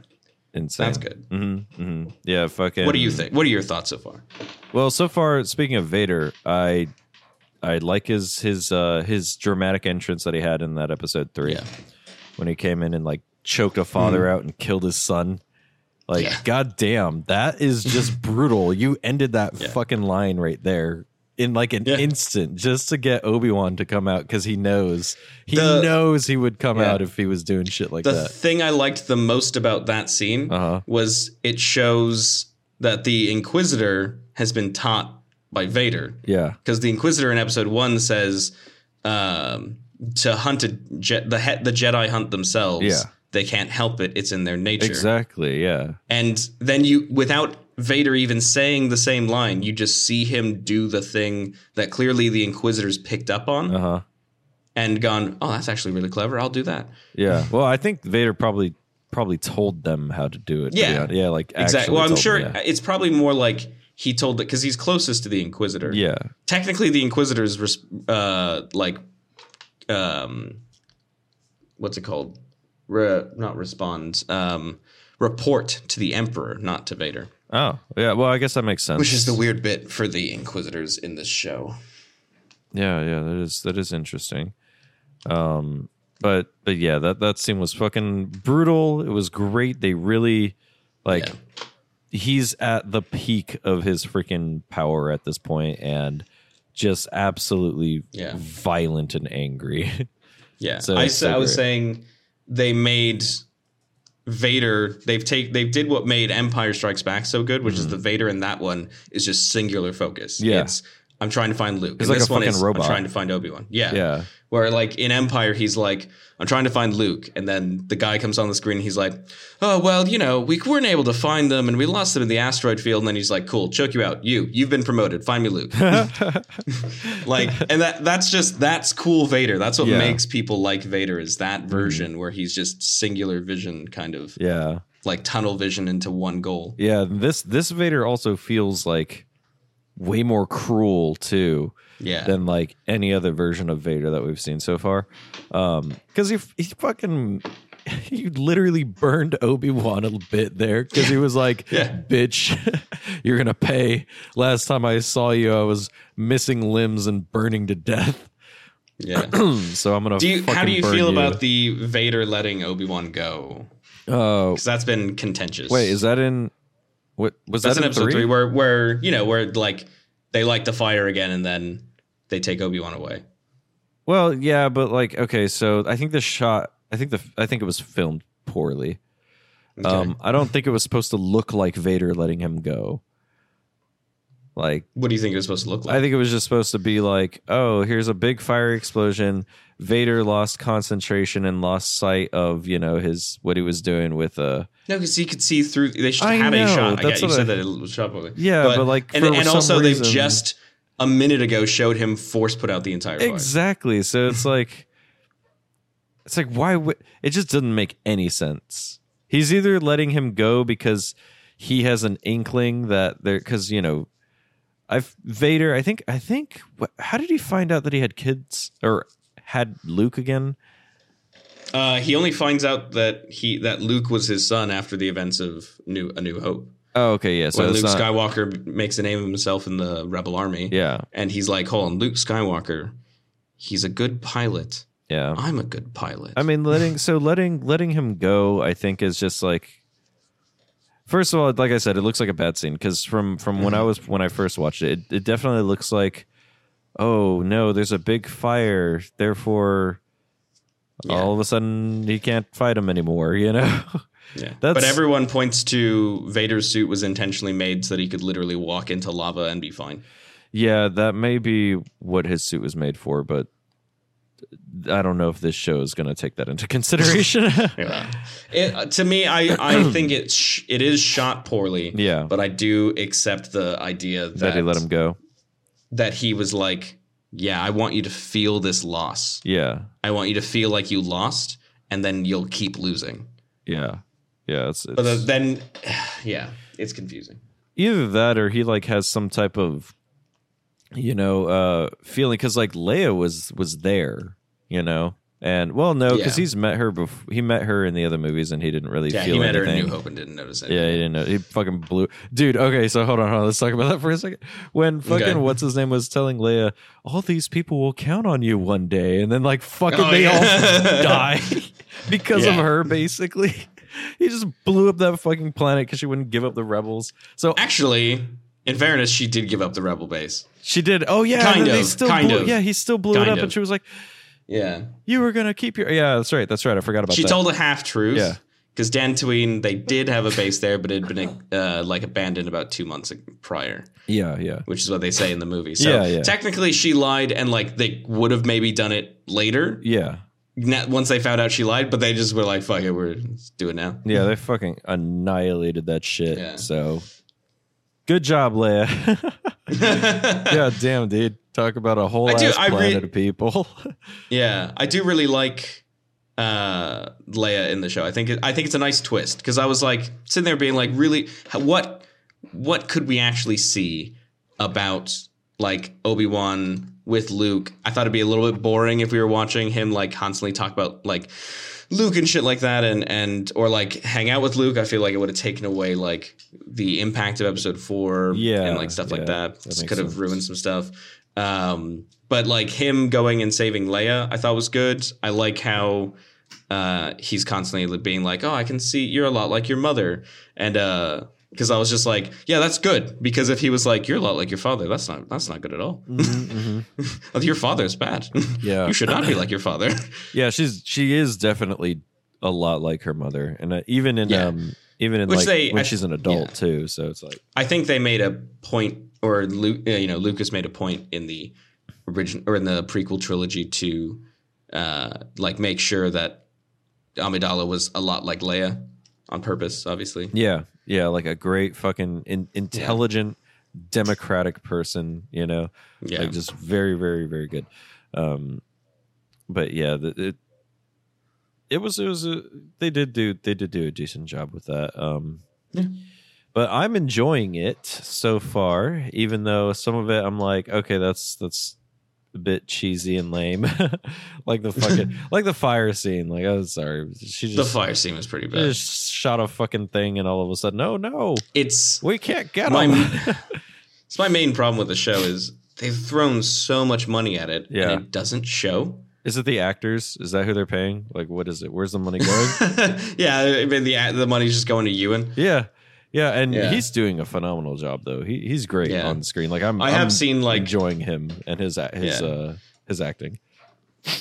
insane. That's good. hmm hmm Yeah, fucking. What do you think? What are your thoughts so far? Well, so far, speaking of Vader, I I like his his uh his dramatic entrance that he had in that episode three Yeah. Mm-hmm. when he came in and like choked a father out and killed his son. Like, Yeah. goddamn, that is just brutal. You ended that Yeah. fucking line right there in like an Yeah. instant just to get Obi Wan to come out because he knows he The- knows he would come Yeah. out if he was doing shit like the that. thing I liked the most about that scene Uh-huh. was it shows that the Inquisitor has been taught by Vader Yeah, because the Inquisitor in Episode One says um, to hunt a je- the he- the Jedi hunt themselves. Yeah. They can't help it; it's in their nature. exactly. Yeah, And then you, without Vader even saying the same line, you just see him do the thing that clearly the Inquisitors picked up on uh huh. and gone, "Oh, that's actually really clever. I'll do that." Yeah. Well, I think Vader probably probably told them how to do it. to be Yeah. honest. Yeah. Like Exactly. actually Well, I'm told sure Them, it's probably more like he told that because he's closest to the Inquisitor. yeah. yeah. Technically, the Inquisitor's res- uh, like, um, what's it called? Re- not respond. Um, report to the Emperor, not to Vader. Oh. Yeah. Well, I guess that makes sense. Which is the weird bit for the Inquisitors in this show. Yeah. Yeah. That is that is interesting. Um. But but yeah, that that scene was fucking brutal. It was great. They really like. Yeah. He's at the peak of his freaking power at this point, and just absolutely Yeah. violent and angry. Yeah, So I, it's sa- so I was great. saying they made Vader. They've take they did what made Empire Strikes Back so good, which is the Vader in that one is just singular focus. Mm-hmm. Yeah. it's, I'm trying to find Luke. He's In like a this one fucking is, robot. I'm trying to find Obi Wan. Yeah. yeah. Where like in Empire, he's like, I'm trying to find Luke, and then the guy comes on the screen. and He's like, Oh well, you know, we weren't able to find them, and we lost them in the asteroid field. And then he's like, Cool, choke you out. You, you've been promoted. Find me Luke. like and that that's just that's cool vader that's what Yeah. Mm-hmm. makes people like vader is that version where he's just singular vision kind of yeah. like tunnel vision into one goal Yeah, this this Vader also feels like way more cruel too yeah than like any other version of Vader that we've seen so far. Um cuz he he fucking he literally burned Obi-Wan a bit there cuz he was like, Yeah. "Bitch, you're going to pay. Last time I saw you, I was missing limbs and burning to death. yeah so I'm going to do you how do you feel about the vader letting obi-wan go the Oh, because that's been contentious wait, is that in what was that's that in in episode three? where where you know where like they light the fire again and then they take obi-wan away Well, yeah, but like, okay, so I think the shot, I think the, I think it was filmed poorly. Okay. Um, I don't think it was supposed to look like Vader letting him go. Like, what do you think it was supposed to look like I think it was just supposed to be like, oh, here's a big fire explosion. Vader lost concentration and lost sight of you know his what he was doing with uh No, because he could see through. They should I have a know, shot. I guess that's you what said I- that it was shot poorly. Yeah, but, like, and, for and some also reason- they've just a minute ago showed him force put out the entire fire. exactly. So it's like, It's like why would it just doesn't make any sense. He's either letting him go because he has an inkling that there because you know I've Vader. I think. I think. wh- How did he find out that he had kids or had Luke again? Uh, he only finds out that he that Luke was his son after the events of New A New Hope. Oh, okay, yeah. So when it's Luke not, Skywalker makes a name of himself in the Rebel Army, yeah, and he's like, "Hold on, Luke Skywalker, he's a good pilot. yeah. I'm a good pilot." I mean, letting so letting letting him go. I think is just like. First of all, like I said, it looks like a bad scene because from from when I Mm-hmm. was when I first watched it, it, it definitely looks like, oh no, there's a big fire. Therefore, Yeah. all of a sudden he can't fight him anymore. You know. yeah. that's- but everyone points to Vader's suit was intentionally made so that he could literally walk into lava and be fine. Yeah, that may be what his suit was made for, but I don't know if this show is going to take that into consideration. Yeah. It, uh, to me, I, I think it sh- it is shot poorly. yeah, But I do accept the idea that that he let him go. that he was like, yeah, I want you to feel this loss. Yeah, I want you to feel like you lost, and then you'll keep losing. yeah, yeah. It's, But it's- then, yeah, it's confusing. either that or he like has some type of, you know, uh feeling because like Leia was was there, you know, and well, no, because Yeah. he's met her before. He met her in the other movies, and he didn't really yeah, feel he met anything. her in New Hope and didn't notice it. Yeah, he didn't know. He fucking blew. Dude, okay, so hold on, hold on. Let's talk about that for a second. When fucking Okay. what's his name was telling Leia, all these people will count on you one day, and then like fucking Oh, they yeah. all die because of Yeah. her, basically. He just blew up that fucking planet because she wouldn't give up the rebels. So Actually, in fairness, she did give up the rebel base. she did. Oh yeah, Kind and then they of, still kind blew, of, yeah, he still blew it kind up, of. and she was like, Yeah, "You were gonna keep your yeah." That's right. That's right. I forgot about she that. told a half truth. Yeah. because Dantooine they did have a base there, but it had been uh, like abandoned about two months prior. yeah, yeah, which is what they say in the movie. So Yeah, yeah. technically, she lied, and like they would have maybe done it later yeah, na- once they found out she lied, but they just were like, "Fuck it, we're let's do it now." yeah. They fucking annihilated that shit. Yeah. So good job, Leia. yeah. yeah, damn, dude. Talk about a whole I do- ass I re- planet of people. I do really like uh Leia in the show. I think it, I think it's a nice twist because I was like sitting there being like, really, h- what what could we actually see about like Obi Wan? With Luke, I thought it'd be a little bit boring if we were watching him like constantly talk about like Luke and shit like that, and and or like hang out with Luke. I feel like it would have taken away like the impact of Episode Four, Yeah, and like stuff like yeah, that. Just makes could have sense. ruined some stuff. Um, but like him going and saving Leia, I thought was good. I like how uh, he's constantly being like, "Oh, I can see you're a lot like your mother," and uh, because I was just like, "Yeah, that's good." Because if he was like, "You're a lot like your father," that's not that's not good at all. your father's bad. Mm. Mm-hmm, Yeah. you should not be like your father. yeah, she's she is definitely a lot like her mother, and uh, even in Yeah. um even in Which like they- when I- she's an adult yeah. too. So it's like I think they made a point, or Lu- uh, you know, Lucas made a point in the origin or in the prequel trilogy to uh, like make sure that Amidala was a lot like Leia on purpose, obviously. yeah, yeah, like a great fucking in, intelligent, democratic person. You know, Yeah, like just very very very good. Um, but yeah, the, it it was it was a, they did do they did do a decent job with that. Um, Yeah. but I'm enjoying it so far, even though some of it I'm like, okay, that's that's a bit cheesy and lame, like the fucking like the fire scene. Like, I'm sorry, she the just. fire scene was pretty bad. just shot a fucking thing, and all of a sudden, oh no, It's we can't get My- him. it's my main problem with the show is they've thrown so much money at it, Yeah. and it doesn't show. is it the actors? Is that who they're paying? Like, what is it? Where's the money going? yeah, I mean, the uh, the money's just going to Ewan. Yeah. Yeah, and Yeah. he's doing a phenomenal job though. He he's great Yeah. on screen. Like I'm I have I'm seen like enjoying him and his a- his Yeah. uh his acting.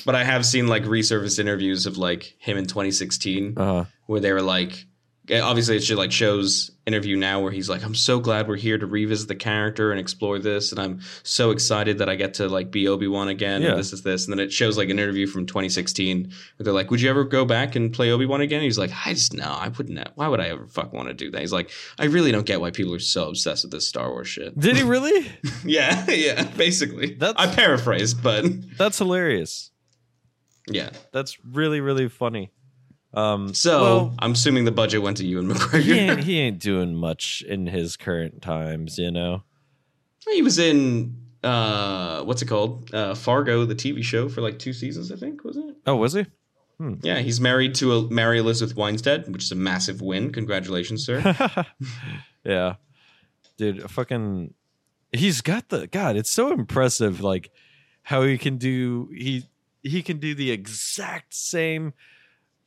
But I have seen like resurfaced interviews of like him in 2016 Uh-huh. where they were like, eh, obviously it's just like shows interview now where he's like, I'm so glad we're here to revisit the character and explore this, and I'm so excited that I get to like be Obi Wan again. Yeah. And this is this, and then it shows like an interview from 2016 where they're like, Would you ever go back and play Obi Wan again? he's like, I just no, I wouldn't. have- Why would I ever fuck want to do that? He's like, I really don't get why people are so obsessed with this Star Wars shit. Did he really? yeah, yeah, basically. That's- I paraphrase, but That's hilarious. Yeah. That's really really funny. Um, So well, I'm assuming the budget went to you and he McGregor. ain't, he ain't doing much in his current times, you know. he was in uh, what's it called? Uh, Fargo, the TV show, for like two seasons, I think, was it? Oh, was he? Yeah, he's married to a, Mary Elizabeth Weinstead, which is a massive win. Congratulations, sir. yeah, dude, fucking, he's got the God. It's so impressive, like how he can do he he can do the exact same.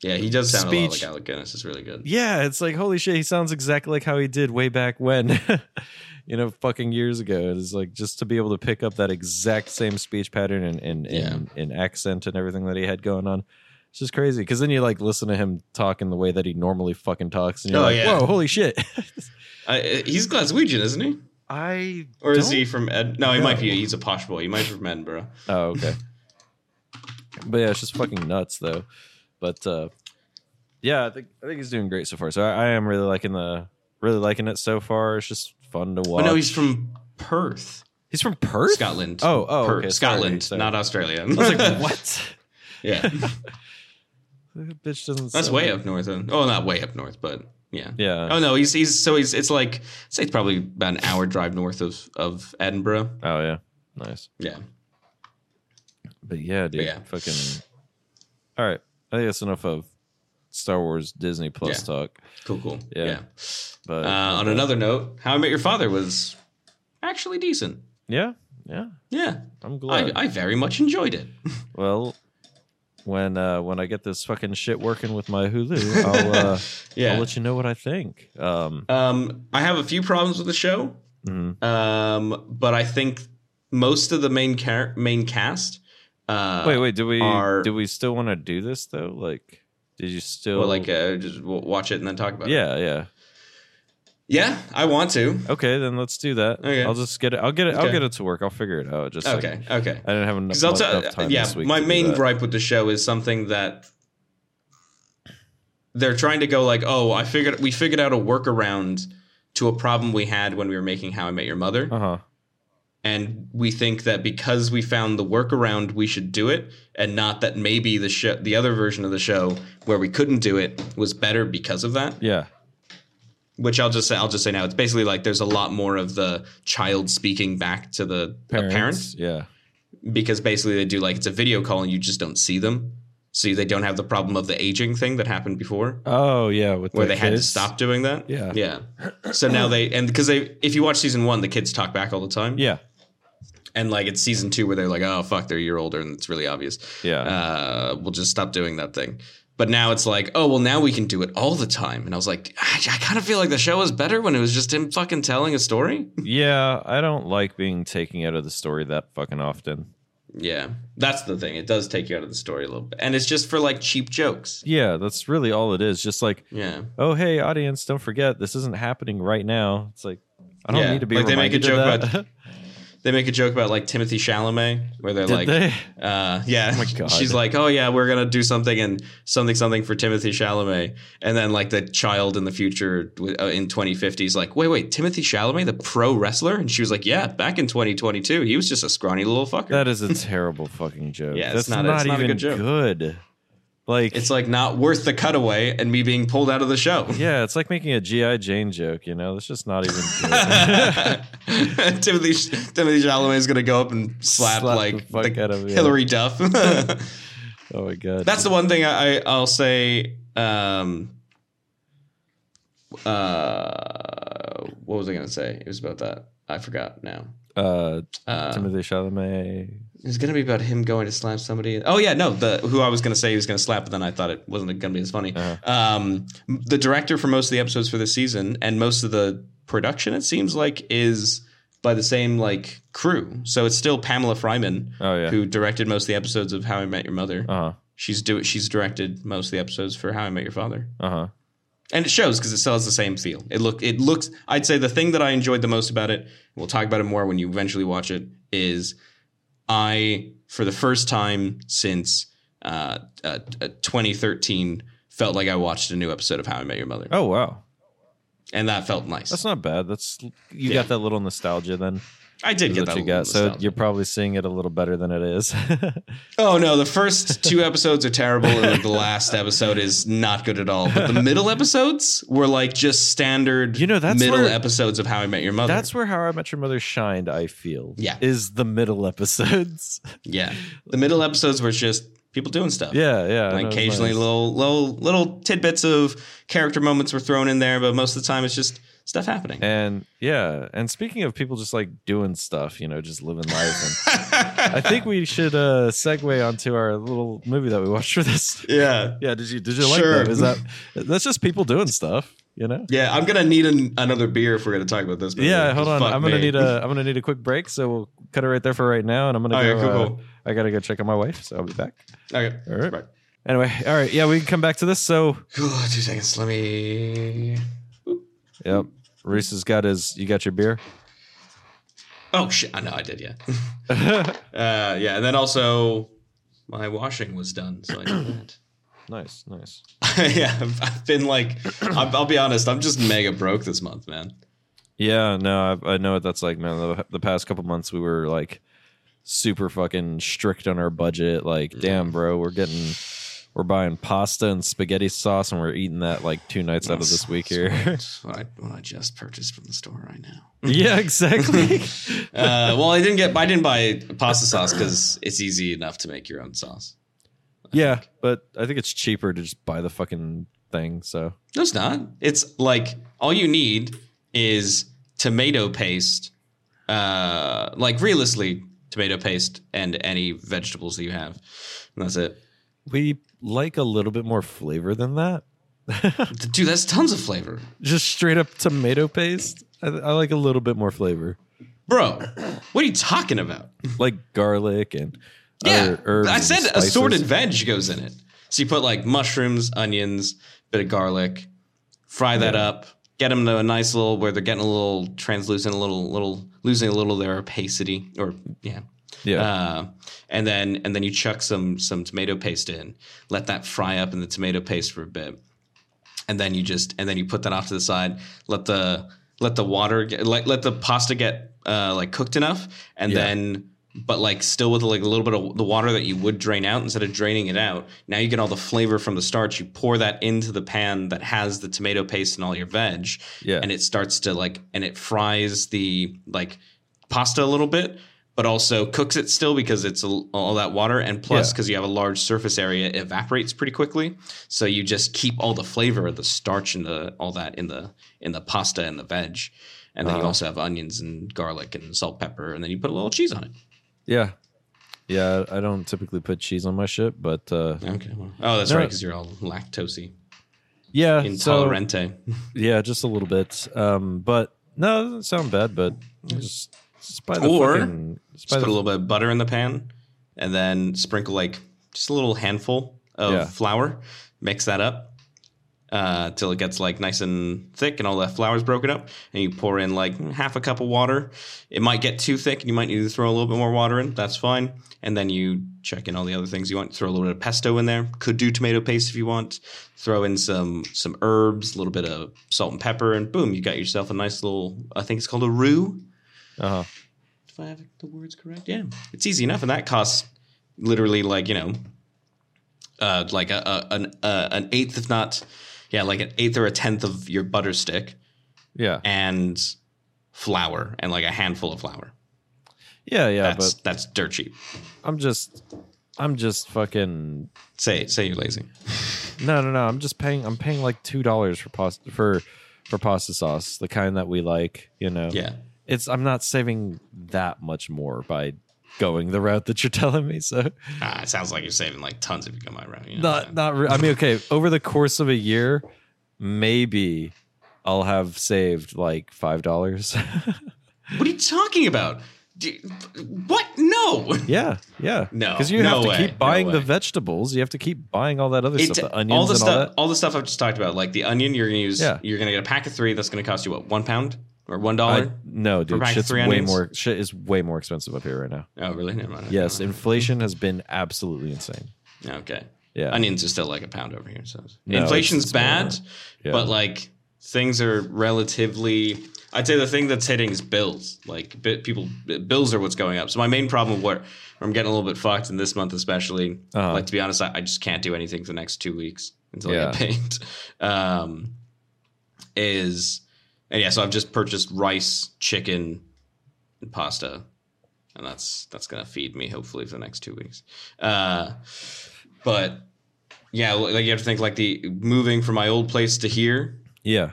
Yeah, he does sound Speech. a lot like Alec Guinness. It's really good. Yeah, it's like holy shit, he sounds exactly like how he did way back when, you know, fucking years ago. It's like just to be able to pick up that exact same speech pattern and and and, and accent and everything that he had going on. It's just crazy because then you like listen to him talking the way that he normally fucking talks, and you're Oh, like, yeah. "Whoa, holy shit!" I- I- he's Glaswegian, isn't he? I Or is don't he from Ed? No, he No. might be. He's a posh boy. He might be from Edinburgh. Oh, okay. but yeah, it's just fucking nuts though. But uh yeah, I think I think he's doing great so far. So I, I am really liking the really liking it so far. It's just fun to But watch. Oh, no, he's from Perth, He's from Perth, Scotland. Oh, oh, Perth, okay, sorry, Scotland, sorry. not Australia. I was like, what? yeah, That bitch that's doesn't. sound- way up north. uh, Oh, not way up north, but yeah. Yeah. Oh no, he's he's so he's it's like I'd say it's probably about an hour drive north of of Edinburgh. Oh yeah. Nice. Yeah, But yeah, dude. yeah. Fucking. All right. I think that's enough of Star Wars Disney Plus Yeah. talk. cool, cool. Yeah. Yeah. But Uh, on another note, How I Met Your Father was actually decent. yeah, yeah. Yeah, I'm glad. I, I very much enjoyed it. Well, when uh, when I get this fucking shit working with my Hulu, I'll uh, I'll Yeah. let you know what I think. Um, Um, I have a few problems with the show, mhm. um, but I think most of the main car- main cast. Uh, wait, wait, do we are- do we still want to do this though? Like, did you still Well, like uh, just w- watch it and then talk about it. yeah, yeah. Yeah, I want to. Okay, then let's do that. Okay. I'll just get it. I'll get it. I'll Okay. get it to work. I'll figure it out. Just like, Okay, okay. I didn't have enough, Because I'll much, tell enough time yeah, this week. my to do main that. gripe with the show is something that they're trying to go like, oh, I figured we figured out a workaround to a problem we had when we were making How I Met Your Mother, Uh huh. and we think that because we found the workaround, we should do it, and not that maybe the show, the other version of the show where we couldn't do it, was better because of that. Yeah. Which I'll just say, I'll just say now, it's basically like there's a lot more of the child speaking back to the parents. parent Yeah. because basically they do like it's a video call and you just don't see them. So they don't have the problem of the aging thing that happened before Oh yeah. With where the they had to kids. stop doing that. Yeah. Yeah. So now they and because they if you watch season 1 the kids talk back all the time. Yeah. And like it's season 2 where they're like oh fuck they're a year older and it's really obvious. Yeah. Uh we'll just stop doing that thing. But now it's like oh well now we can do it all the time and I was like I, I kind of feel like the show was better when it was just him fucking telling a story. yeah. I don't like being taken out of the story that fucking often. yeah. That's the thing. It does take you out of the story a little bit. And it's just for like cheap jokes. Yeah, that's really all it is. Just like, Yeah. oh hey, audience, don't forget this isn't happening right now. It's like I don't Yeah, need to be like, they make a reminded of joke that. They make a joke about like Timothy Chalamet, where they're Did like, they? uh, yeah, Oh my God. she's like, oh yeah, we're gonna do something and something something for Timothy Chalamet, and then like the child in the future w- uh, in 2050 is like, wait, wait, Timothy Chalamet, the pro wrestler, and she was like, yeah, back in 2022, he was just a scrawny little fucker. That is a terrible fucking joke. Yeah, it's that's not- not, it's not a even good joke. good. Like it's like not worth the cutaway and me being pulled out of the show. yeah, it's like making a GI Jane joke. You know, that's just not even good. Timothy Timothy Chalamet is gonna go up and slap, Slap the like fuck out of- yeah. Hillary Duff. oh my god. That's the one thing I, I I'll say. Um, uh, what was I gonna say? It was about that. I forgot now. uh, Uh, Timothy Chalamet. it was gonna be about him going to slap somebody. Oh yeah, no, the who I was gonna say he was gonna slap, but then I thought it wasn't gonna be as funny. Uh-huh. Um, the director for most of the episodes for this season and most of the production, it seems like, is by the same like crew. So it's still Pamela Fryman Oh yeah. who directed most of the episodes of How I Met Your Mother. Uh huh. She's do she's directed most of the episodes for How I Met Your Father. Uh huh. And it shows because it still has the same feel. It look it looks I'd say the thing that I enjoyed the most about it, and we'll talk about it more when you eventually watch it, is I for the first time since uh, uh, uh, 2013 felt like I watched a new episode of How I Met Your Mother. Oh wow. and that felt nice. Oh. That's not bad. That's you Yeah. got that little nostalgia then. I did is get what that. you little got. So nostalgia. you're probably seeing it a little better than it is. Oh no, the first two episodes are terrible, and then the last episode is not good at all. But the middle episodes were like just standard, You know, that's middle where- episodes of How I Met Your Mother. That's where How I Met Your Mother shined. I feel. Yeah. Is the middle episodes. yeah. The middle episodes were just people doing stuff. yeah, yeah. And no, it was occasionally, nice. little little little tidbits of character moments were thrown in there, but most of the time, it's just stuff happening. And yeah, and speaking of people just like doing stuff, you know, just living life. And I think we should uh segue onto our little movie that we watched for this. yeah. Yeah, did you did you like Sure. that? Is that that's just people doing stuff, you know? Yeah, I'm gonna need an, another beer if we're gonna talk about this. movie, Yeah, 'cause hold on. fuck I'm gonna me. need a I'm gonna need a quick break, so we'll cut it right there for right now. And I'm gonna Okay, go. cool, uh, cool. I gotta go check on my wife, so I'll be back. Okay. All right. Anyway, all right. Yeah, we can come back to this. So, Cool. Two seconds. Let me. yep. Reese has got his. You got your beer. Oh shit! I know I did. Yeah. nice, Uh, yeah, and then also my washing was done, so I did nice. that. yeah, I've, I've been like, I'm, I'll be honest, I'm just mega broke this month, man. Yeah, no, I, I know what that's like, man. The, the past couple months, we were like super fucking strict on our budget. Like, damn, bro, we're getting, we're buying pasta and spaghetti sauce, and we're eating that like two nights out of this week here. That's what I, what I just purchased from the store right now. yeah, exactly. Uh, well, I didn't get, I didn't buy pasta sauce because it's easy enough to make your own sauce. yeah, but I think it's cheaper to just buy the fucking thing. So No, it's not. It's like all you need is tomato paste, uh, like realistically, tomato paste and any vegetables that you have, and that's it. we like a little bit more flavor than that. Dude, that's tons of flavor. Just straight up tomato paste. I, I like a little bit more flavor, Bro, what are you talking about? like garlic and Yeah, other herbs. I and said spices. assorted veg goes in it. So you put like mushrooms, onions, bit of garlic, fry that Yeah. up, get them to a nice little where they're getting a little translucent, a little, little losing a little of their opacity, or yeah, Yeah. Uh, and then and then you chuck some some tomato paste in, let that fry up in the tomato paste for a bit, and then you just and then you put that off to the side. Let the let the water get, let let the pasta get uh, like cooked enough, and Yeah. then but like still with like a little bit of the water that you would drain out instead of draining it out. Now you get all the flavor from the starch. You pour that into the pan that has the tomato paste and all your veg, yeah. and it starts to like and it fries the like pasta a little bit but also cooks it still because it's a, all that water and plus Yeah. because you have a large surface area it evaporates pretty quickly so you just keep all the flavor of the starch and the all that in the in the pasta and the veg and then you Uh-huh. also have onions and garlic and salt pepper and then you put a little cheese on it Yeah. Yeah, I don't typically put cheese on my shit, but uh okay well- oh that's No. right right because you're all lactosey yeah, so, intolerante yeah, just a little bit. Um but no, it doesn't sound bad, but just, just by the Or, fucking, just by Just put the, a little bit of butter in the pan and then sprinkle like just a little handful of Yeah. flour. Mix that up uh, till it gets like nice and thick and all that flour's broken up. And you pour in like half a cup of water. It might get too thick and you might need to throw a little bit more water in. That's fine. And then you check in all the other things you want. Throw a little bit of pesto in there. Could do tomato paste if you want. Throw in some some herbs, a little bit of salt and pepper, and boom, you got yourself a nice little. I think it's called a roux uh-huh. if I have the words correct. Yeah, it's easy enough, and that costs literally like you know, uh, like a, a an uh, an eighth, if not, yeah, like an eighth or a tenth of your butter stick Yeah. and flour and like a handful of flour. Yeah, yeah, that's that's dirt cheap. but I'm just I'm just fucking Say say you're lazy. No, no, no. I'm just paying I'm paying like $2 for pasta for for pasta sauce, the kind that we like, you know. Yeah, It's I'm not saving that much more by going the route that you're telling me, so ah, it sounds like you're saving like tons if you go my route. You know? not not re- i mean okay over the course of a year maybe i'll have saved like five dollars What are you talking about? Do you- what? No. yeah yeah No, because you no have to way, keep no buying the way. vegetables you have to keep buying all that other It- stuff the onions all the and stuff, all that all the stuff I've just talked about, like the onion, you're gonna use. Yeah. You're gonna get a pack of three. That's gonna cost you what one pound or one I, dollar. no dude pack of shit's three way onions? more shit is way more expensive up here right now Oh, really? Never mind. yes inflation has been absolutely insane Okay. yeah Onions are still like a pound over here. So No, inflation's it's- it's bad, more- yeah. but like things are relatively. I'd say the thing that's hitting is bills. Like bi- people, bills are what's going up. So my main problem where I'm getting a little bit fucked, and this month especially. Uh-huh. Like to be honest, I, I just can't do anything for the next two weeks until I get Yeah. paid. Um, is and yeah, so I've just purchased rice, chicken, and pasta, and that's that's gonna feed me hopefully for the next two weeks. Uh, but yeah, like you have to think like the moving from my old place to here yeah.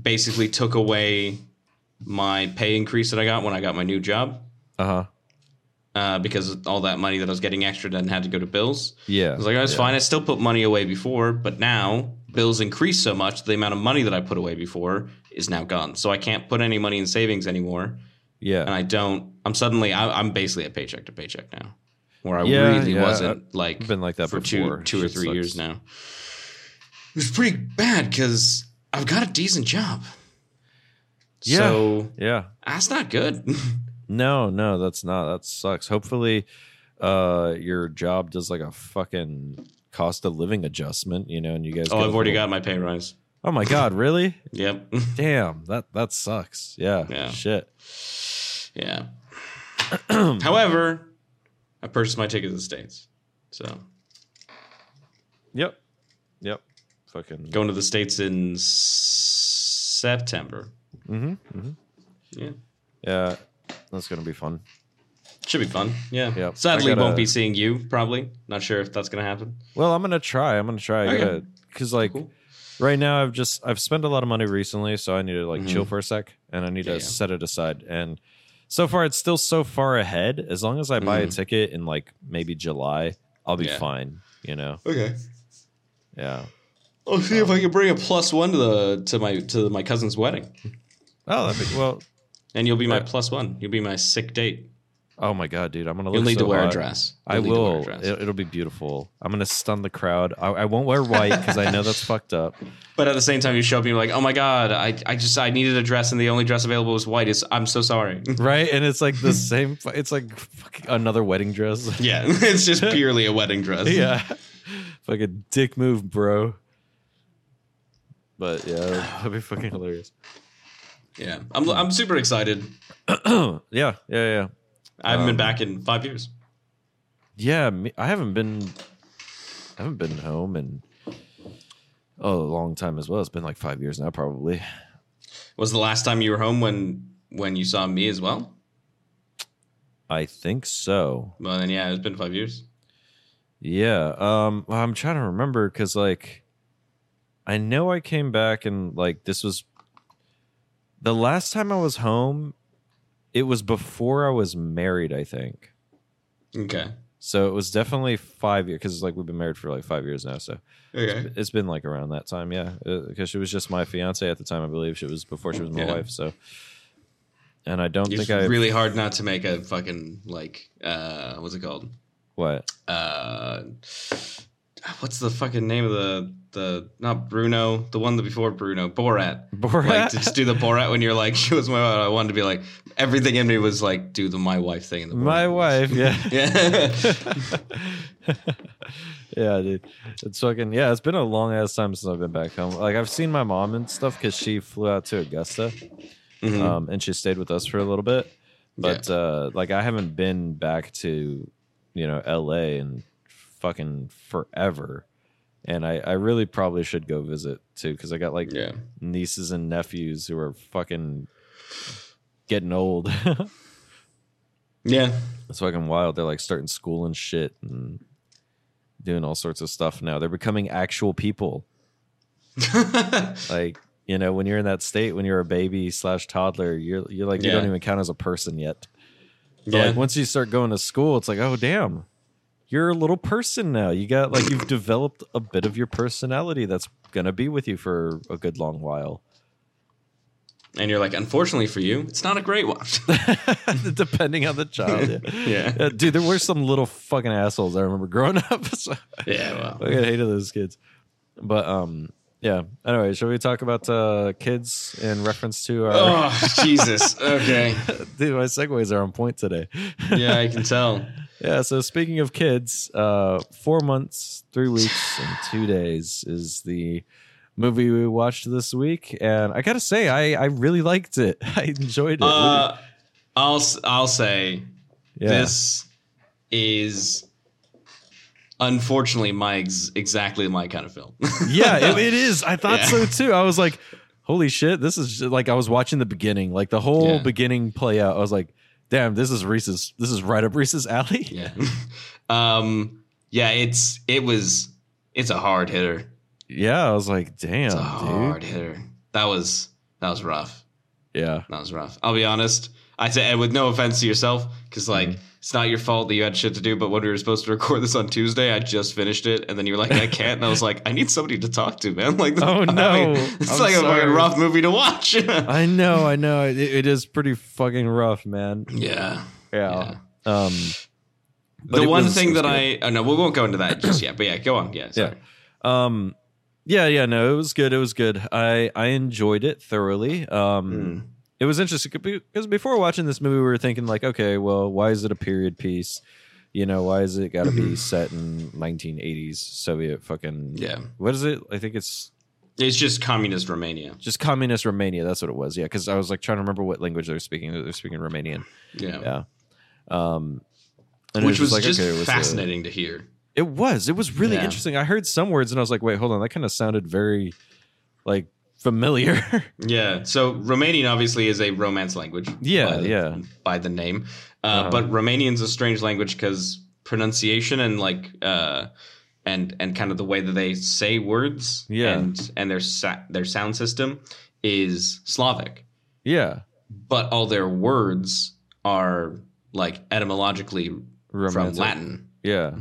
basically took away my pay increase that I got when I got my new job Uh huh. uh, because all that money that I was getting extra then had to go to bills. Yeah. I was like, oh, it's yeah. fine. I still put money away before, but now bills increase so much the amount of money that I put away before is now gone. So I can't put any money in savings anymore, Yeah. and I don't. I'm suddenly I, I'm basically at paycheck to paycheck now, where I Yeah, really yeah, wasn't like I've been like that for before. two two or Shit three sucks. years now. It was pretty bad because I've got a decent job. Yeah. So Yeah. that's not good. Oh, No, no, that's not. That sucks. Hopefully, uh, your job does like a fucking cost of living adjustment, you know, and you guys. oh, get I've a already little- got my pay rise. Oh my god, really? Yep. Damn, that that sucks. Yeah. Yeah. Shit. Yeah. However, I purchased my ticket to the States. So Yep. Yep. Fucking. going to the States in s- September. hmm hmm Yeah. Yeah. That's gonna be fun. Should be fun. Yeah. Yep. Sadly, I gotta- won't be seeing you, probably. Not sure if that's going to happen. Well, I'm gonna try. I'm gonna try. Okay. Because like Cool. right now, I've just I've spent a lot of money recently, so I need to like Mhm. chill for a sec, and I need Yeah, to yeah. set it aside. And so far, it's still so far ahead. As long as I buy a ticket in like maybe July, I'll be Mm-hmm. Yeah. fine. You know? Okay. Yeah. I'll see if I can bring a plus one to the to my to my cousin's wedding, Oh, that'd be, well. and you'll be my Yeah. plus one. You'll be my sick date. Oh my god, dude! I'm gonna. Look You'll need so to wear a hot. dress. I You'll need to wear a will. dress. It, it'll be beautiful. I'm gonna stun the crowd. I, I won't wear white because I know that's fucked up. But at the same time, you show up and you're like, "Oh my god, I, I just I needed a dress, and the only dress available was white. It's, I'm so sorry." Right? And it's like the same. It's like fucking another wedding dress. Yeah, it's just purely a wedding dress. yeah. fucking dick move, bro. But yeah, that'd be fucking hilarious. yeah. I'm I'm super excited. yeah, yeah, yeah. I haven't been Um, back in five years. Yeah, me, I haven't been I haven't been home in oh, a long time as well. It's been like 5 years now probably. Was the last time you were home when when you saw me as well? I think so. Well, then yeah, it's been five years. Yeah. Um well, I'm trying to remember cuz like I know I came back and like this was the last time I was home it was before I was married, I think. Okay. So it was definitely five years because like we've been married for like five years now. So Okay. it's been like around that time, yeah. Because she was just my fiance at the time, I believe. She was before she was my Yeah. wife. So, and I don't It's think I really hard not to make a fucking like uh what's it called? what Uh what's the fucking name of the the not Bruno, the one that before Bruno, Borat. Borat. Like to just do the Borat when you're like, she was my wife. I wanted to be like everything in me was like, do the my wife thing in the Borat my voice. wife, yeah, Yeah. yeah, dude. It's fucking yeah. It's been a long ass time since I've been back home. Like I've seen my mom and stuff because she flew out to Augusta. Mhm. um, and she stayed with us for a little bit. But uh, like, I haven't been back to you know L.A. in fucking forever, and I, I really probably should go visit too because I got like yeah. nieces and nephews who are fucking getting old. Yeah. it's fucking wild. They're like starting school and shit and doing all sorts of stuff now. They're becoming actual people. Like you know, when you're in that state, when you're a baby slash toddler, you're you're like you Yeah. don't even count as a person yet. But yeah. like once you start going to school, it's like, oh damn, you're a little person now. You got like you've developed a bit of your personality that's gonna be with you for a good long while. and you're like, unfortunately for you, it's not a great watch. Depending on the child. Yeah. Yeah. Yeah, dude, there were some little fucking assholes I remember growing up. So yeah. Well. I hated those kids. But um yeah. Anyway, shall we talk about uh kids in reference to our Oh Jesus. Okay. dude, my segues are on point today. Yeah, I can tell. Yeah, so speaking of kids, uh, four months, three weeks, and two days is the movie we watched this week, and I gotta say, I I really liked it. I enjoyed it. Uh, I'll s- I'll say yeah. this is unfortunately my ex- exactly my kind of film. yeah, it, it is. I thought Yeah. so too. I was like, holy shit, this is just- like I was watching the beginning, like the whole Yeah. beginning play out. I was like, damn, this is Reese's. This is right up Reese's alley. yeah. Um. Yeah. It's it was it's a hard hitter. Yeah, I was like, damn, It's a dude. hard hitter. That was that was rough. Yeah, That was rough. I'll be honest. I say, and with no offense to yourself, because like Mhm. it's not your fault that you had shit to do. But when we were supposed to record this on Tuesday, I just finished it, and then you were like, "I can't," and I was like, "I need somebody to talk to, man." Like, Oh, no. it's I'm like a sorry. fucking rough movie to watch. I know, I know. It, it is pretty fucking rough, man. yeah, yeah. Yeah. Um, but the it one was- it thing that was good. I oh no, we won't go into that just yet. But yeah, go on. Yeah, sorry. um yeah yeah no it was good it was good i i enjoyed it thoroughly um Mm. it was interesting because before watching this movie we were thinking like okay well why is it a period piece you know why is it got to be set in 1980s soviet fucking yeah. what is it i think it's It's just communist Romania. just communist romania that's what it was yeah because i was like trying to remember what language they were speaking they're speaking romanian Yeah, yeah um and it which was like, just okay, it was a- fascinating to hear. it was. It was really Yeah. interesting. I heard some words and I was like, wait, hold on. That kind of sounded very like familiar. Yeah. So Romanian obviously is a Romance language. Yeah, by the, yeah. By the name, uh, Uh-huh. but Romanian's a strange language because pronunciation and like uh, and and kind of the way that they say words. Yeah. And and their sa- their sound system is Slavic, yeah. but all their words are like etymologically from Romantic. Latin. Yeah.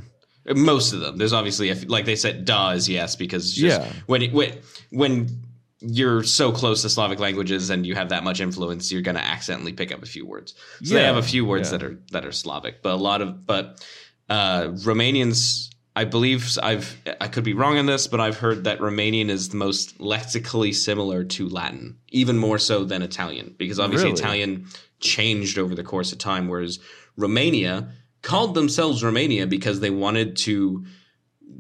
Most of them. There's obviously a f like they said, "da" is yes because it's just Yeah. when it, when when you're so close to Slavic languages and you have that much influence, you're going to accidentally pick up a few words. So they have a few words yeah. that are that are Slavic, but a lot of but uh, Romanians. I believe I've I could be wrong on this, but I've heard that Romanian is the most lexically similar to Latin, even more so than Italian, because obviously Really? Italian changed over the course of time, whereas Romania called themselves Romania because they wanted to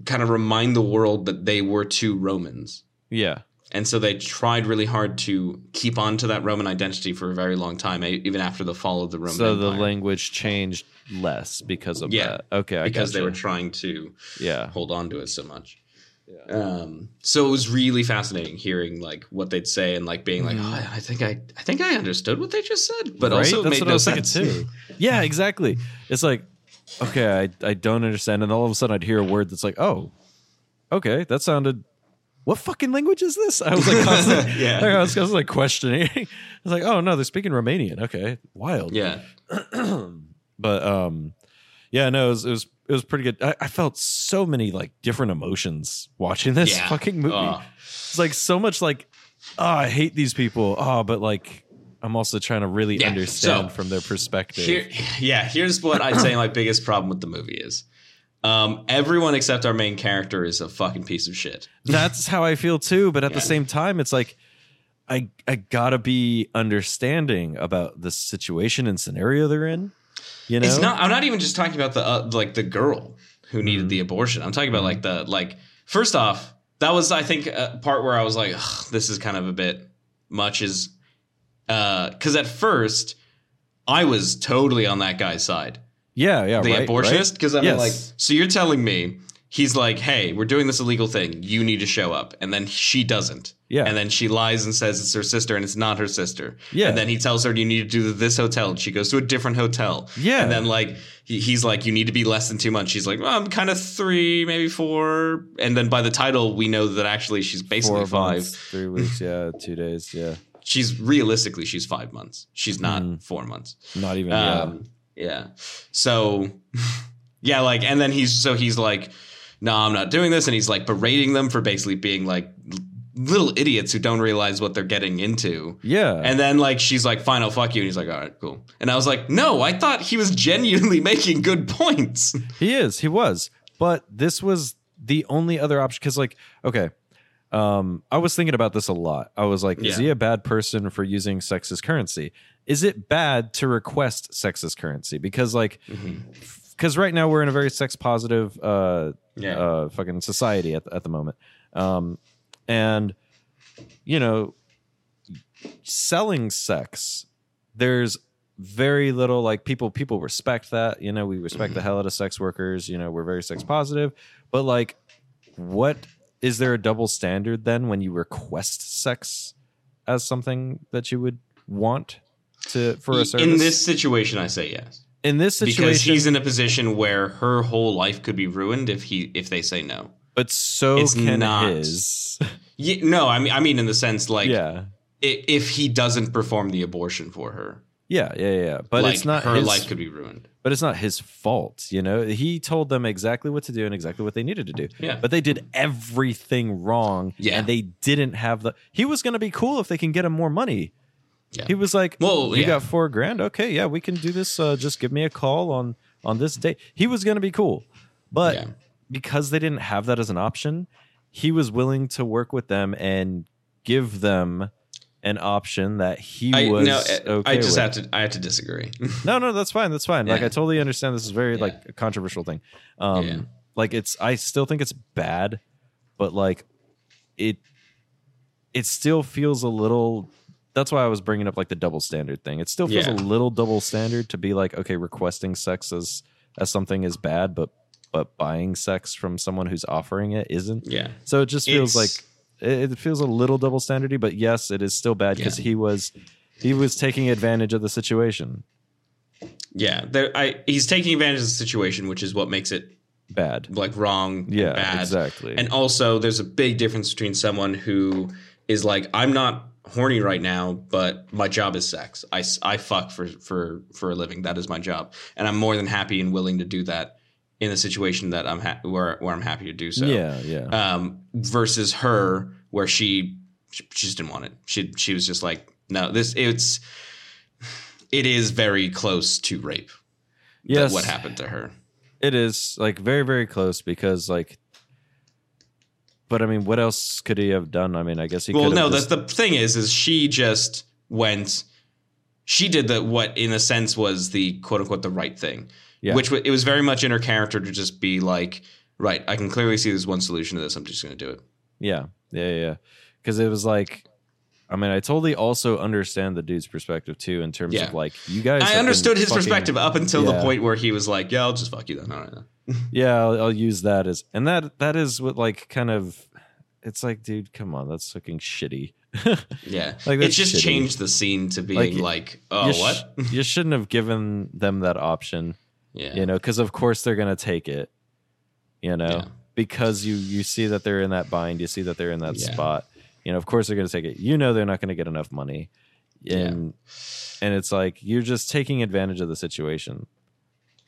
kind of remind the world that they were two Romans. Yeah. And so they tried really hard to keep on to that Roman identity for a very long time, e- even after the fall of the Roman so the Empire, language changed less because of Yeah. that. Okay. I because they were gotcha. trying to yeah. hold on to it so much. Um, so it was really fascinating hearing like what they'd say and like being like, Mhm. oh, I think I, I think I understood what they just said, but Right? also it That's made what no I was thinking sense. too. yeah, exactly. It's like, okay, I, I don't understand. And all of a sudden I'd hear a word that's like, oh, okay, that sounded. What fucking language is this? I was like, constantly, Yeah. I, was, I was like questioning. I was like, oh no, they're speaking Romanian. Okay, wild. Yeah, but um, yeah, no, it was it was, it was pretty good. I, I felt so many like different emotions watching this Yeah. fucking movie. Oh, It's like so much like, oh, I hate these people. Oh, but like, I'm also trying to really Yeah, understand so- from their perspective. here, yeah. Here's what I'd say my biggest problem with the movie is. Um, everyone except our main character is a fucking piece of shit. that's how I feel too. But at Yeah. the same time, it's like I I gotta be understanding about the situation and scenario they're in. You know, It's not. I'm not even just talking about the uh, like the girl who needed Mhm. the abortion. I'm talking about like the like first off, that was I think a part where I was like, "Ugh, this is kind of a bit much. Is because at first I was totally on that guy's side, yeah, yeah, the Oh, right, abortionist. Because I'm Yes. like, so you're telling me he's like, hey, we're doing this illegal thing. You need to show up, and then she doesn't. Yeah. And then she lies and says it's her sister, and it's not her sister. Yeah. And then he tells her, you need to do this hotel, and she goes to a different hotel. Yeah. And then like he, he's like, you need to be less than two months. She's like, well, I'm kind of three, maybe four. And then by the title, we know that actually she's basically Four five. months, three weeks, yeah, two days, yeah, She's realistically, she's five months. She's not Mhm. four months. not even. Um, yeah. So, yeah, like, and then he's so he's like, no, I'm not doing this, and he's like berating them for basically being like l- little idiots who don't realize what they're getting into. yeah, yeah, And then like she's like, fine, I'll fuck you, and he's like, all right, cool. And I was like, no, I thought he was genuinely making good points. he is, he was, but this was the only other option because, like, okay. Um, I was thinking about this a lot. I was like, Yeah. is he a bad person for using sexist currency? Is it bad to request sexist currency? Because like because right now we're in a very sex positive uh, Yeah. uh, fucking society at, at the moment um, and you know, selling sex, there's very little like people people respect that. You know, we respect Mm-hmm. the hell out of sex workers. You know, we're very sex positive, but like, what is there a double standard then when you request sex as something that you would want to for a service? In this situation, I say yes in this because situation, he's in a position where her whole life could be ruined if he if they say no. but so it's can not. his. Ye- no, I mean I mean in the sense like yeah. i- if he doesn't perform the abortion for her, Yeah, yeah, yeah. But like, it's not her his, life could be ruined. but it's not his fault, you know. He told them exactly what to do and exactly what they needed to do. Yeah. But they did everything wrong Yeah. and they didn't have the He was going to be cool if they can get him more money. Yeah. He was like, Well, you yeah. got 4 grand. Okay, yeah, we can do this. Uh, just give me a call on on this day." He was going to be cool. But Yeah. because they didn't have that as an option, he was willing to work with them and give them an option that he I was no, I- okay I just with. have to I have to disagree. No, no, that's fine. That's fine. Like Yeah. I totally understand this is very Yeah. like a controversial thing. Um Yeah. like it's I still think it's bad, but like it it still feels a little that's why I was bringing up like the double standard thing. It still feels Yeah. a little double standard to be like okay, requesting sex as as something is bad, but but buying sex from someone who's offering it isn't. yeah. So it just It's- feels like it, it feels a little double standardy, but yes, it is still bad because he was he was taking advantage of the situation. Yeah, there, I, he's taking advantage of the situation, which is what makes it Bad. like wrong, and Yeah, bad. exactly. And also, there's a big difference between someone who is like, I'm not horny right now, but my job is sex. I, s- I fuck for for for a living. That is my job, and I'm more than happy and willing to do that in the situation that I'm ha- where where I'm happy to do so. yeah, yeah, Um, versus her, where she she she just didn't want it. She she was just like, no, this it's it is very close to rape. that yes. what happened to her? It is like very, very close because like, but I mean, what else could he have done? I mean, I guess he. well could no have just, that's the thing is is she just went she did the what in a sense was the quote unquote the right thing Yeah. which wa- it was very much in her character to just be like right i can clearly see there's one solution to this i'm just going to do it yeah, yeah, yeah, because it was like. I mean, I totally also understand the dude's perspective too, in terms Yeah. of like you guys. have i been understood his fucking- perspective up until the yeah. point where he was like yeah i'll just fuck you then all right then." Yeah, I'll, I'll use that as, and that that is what like kind of, it's like, dude, come on, that's fucking shitty. yeah Like, it that's just shitty. changed the scene to being y- like, oh You sh- what you shouldn't have given them that option. yeah you know because of course they're gonna take it you know Yeah. because you you see that they're in that bind you see that they're in that Yeah. spot you know of course they're gonna take it you know they're not gonna get enough money Yeah. and and it's like you're just taking advantage of the situation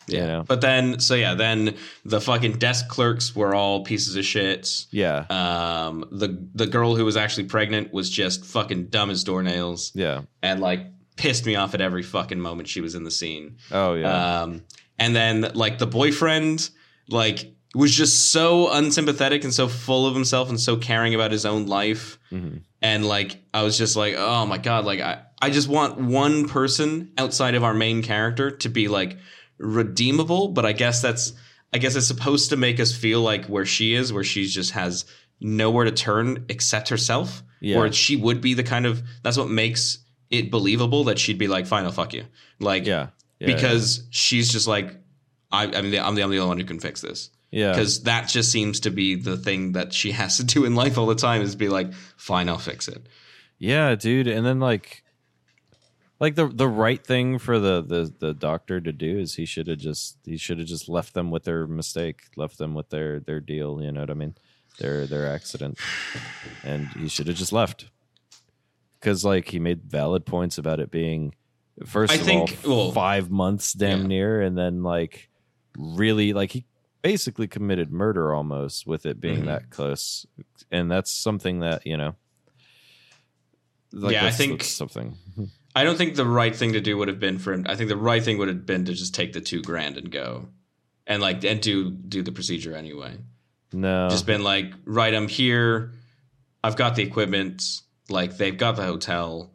yeah you know. but then so yeah then the fucking desk clerks were all pieces of shit yeah Um, the the girl who was actually pregnant was just fucking dumb as doornails yeah and like pissed me off at every fucking moment she was in the scene. oh yeah Um, and then like the boyfriend, like was just so unsympathetic and so full of himself and so caring about his own life. Mhm. And like I was just like, oh my god, like I, I just want one person outside of our main character to be like redeemable, but I guess that's I guess it's supposed to make us feel like where she is, where she just has nowhere to turn except herself. Yeah. Or she would be the kind of that's what makes it believable that she'd be like, fine, I'll fuck you. Like yeah yeah because she's just like I, I'm the I'm the only one who can fix this yeah because that just seems to be the thing that she has to do in life all the time is be like fine I'll fix it Yeah, dude. And then like like the the right thing for the the, the doctor to do is he should have just he should have just left them with their mistake, left them with their their deal, you know what I mean? Their their accident. And he should have just left. Cause like he made valid points about it being first I of think- all well, five months damn yeah. near, and then like really like he basically committed murder almost with it being Mhm. that close. And that's something that, you know. Yeah, I that's- think- that's something. I don't think the right thing to do would have been for him I think the right thing would have been to just take the two grand and go and like and do do the procedure anyway No. just been like right I'm here I've got the equipment like they've got the hotel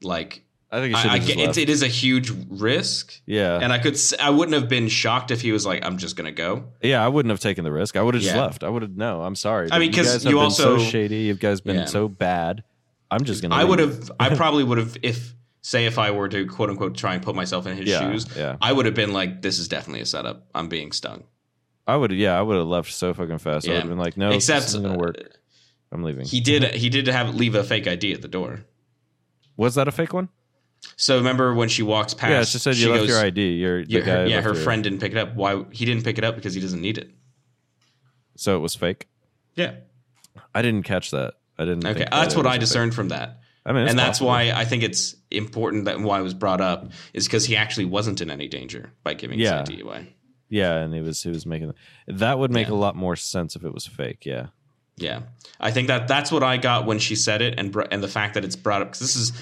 like I think it should I, I have just get, it's, it left. is a huge risk, yeah, and I could s- I wouldn't have been shocked if he was like, "I'm just gonna go." yeah. I wouldn't have taken the risk. I would have just Yeah. left. I would have no. I'm sorry. I but mean, 'cause guys have you been so also- shady. You guys been Yeah. so bad. I'm just gonna. I leave. would have. I probably would have if say if I were to quote unquote try and put myself in his Yeah, shoes. yeah. I would have been like, "This is definitely a setup. I'm being stung." I would. Yeah, I would have left so fucking fast. I Yeah. would have been like, no, Except this isn't gonna work. uh, I'm leaving. he did. He did have leave a fake ID at the door. Was that a fake one? So remember when she walks past? yeah, she said you she left goes, your ID. You're the "Yeah, guy her, yeah, left her your- friend didn't pick it up. Why he didn't pick it up because he doesn't need it. So it was fake. Yeah. I didn't catch that. I didn't. Okay. think that That's it what was I a fake. discerned from that. I mean, it's and that's possible. why I think it's important that why it was brought up is because he actually wasn't in any danger by giving Yeah. his ID away. Yeah, and he was he was making that would make Yeah. a lot more sense if it was fake. Yeah, Yeah, I think that that's what I got when she said it, and br- and the fact that it's brought up because this is,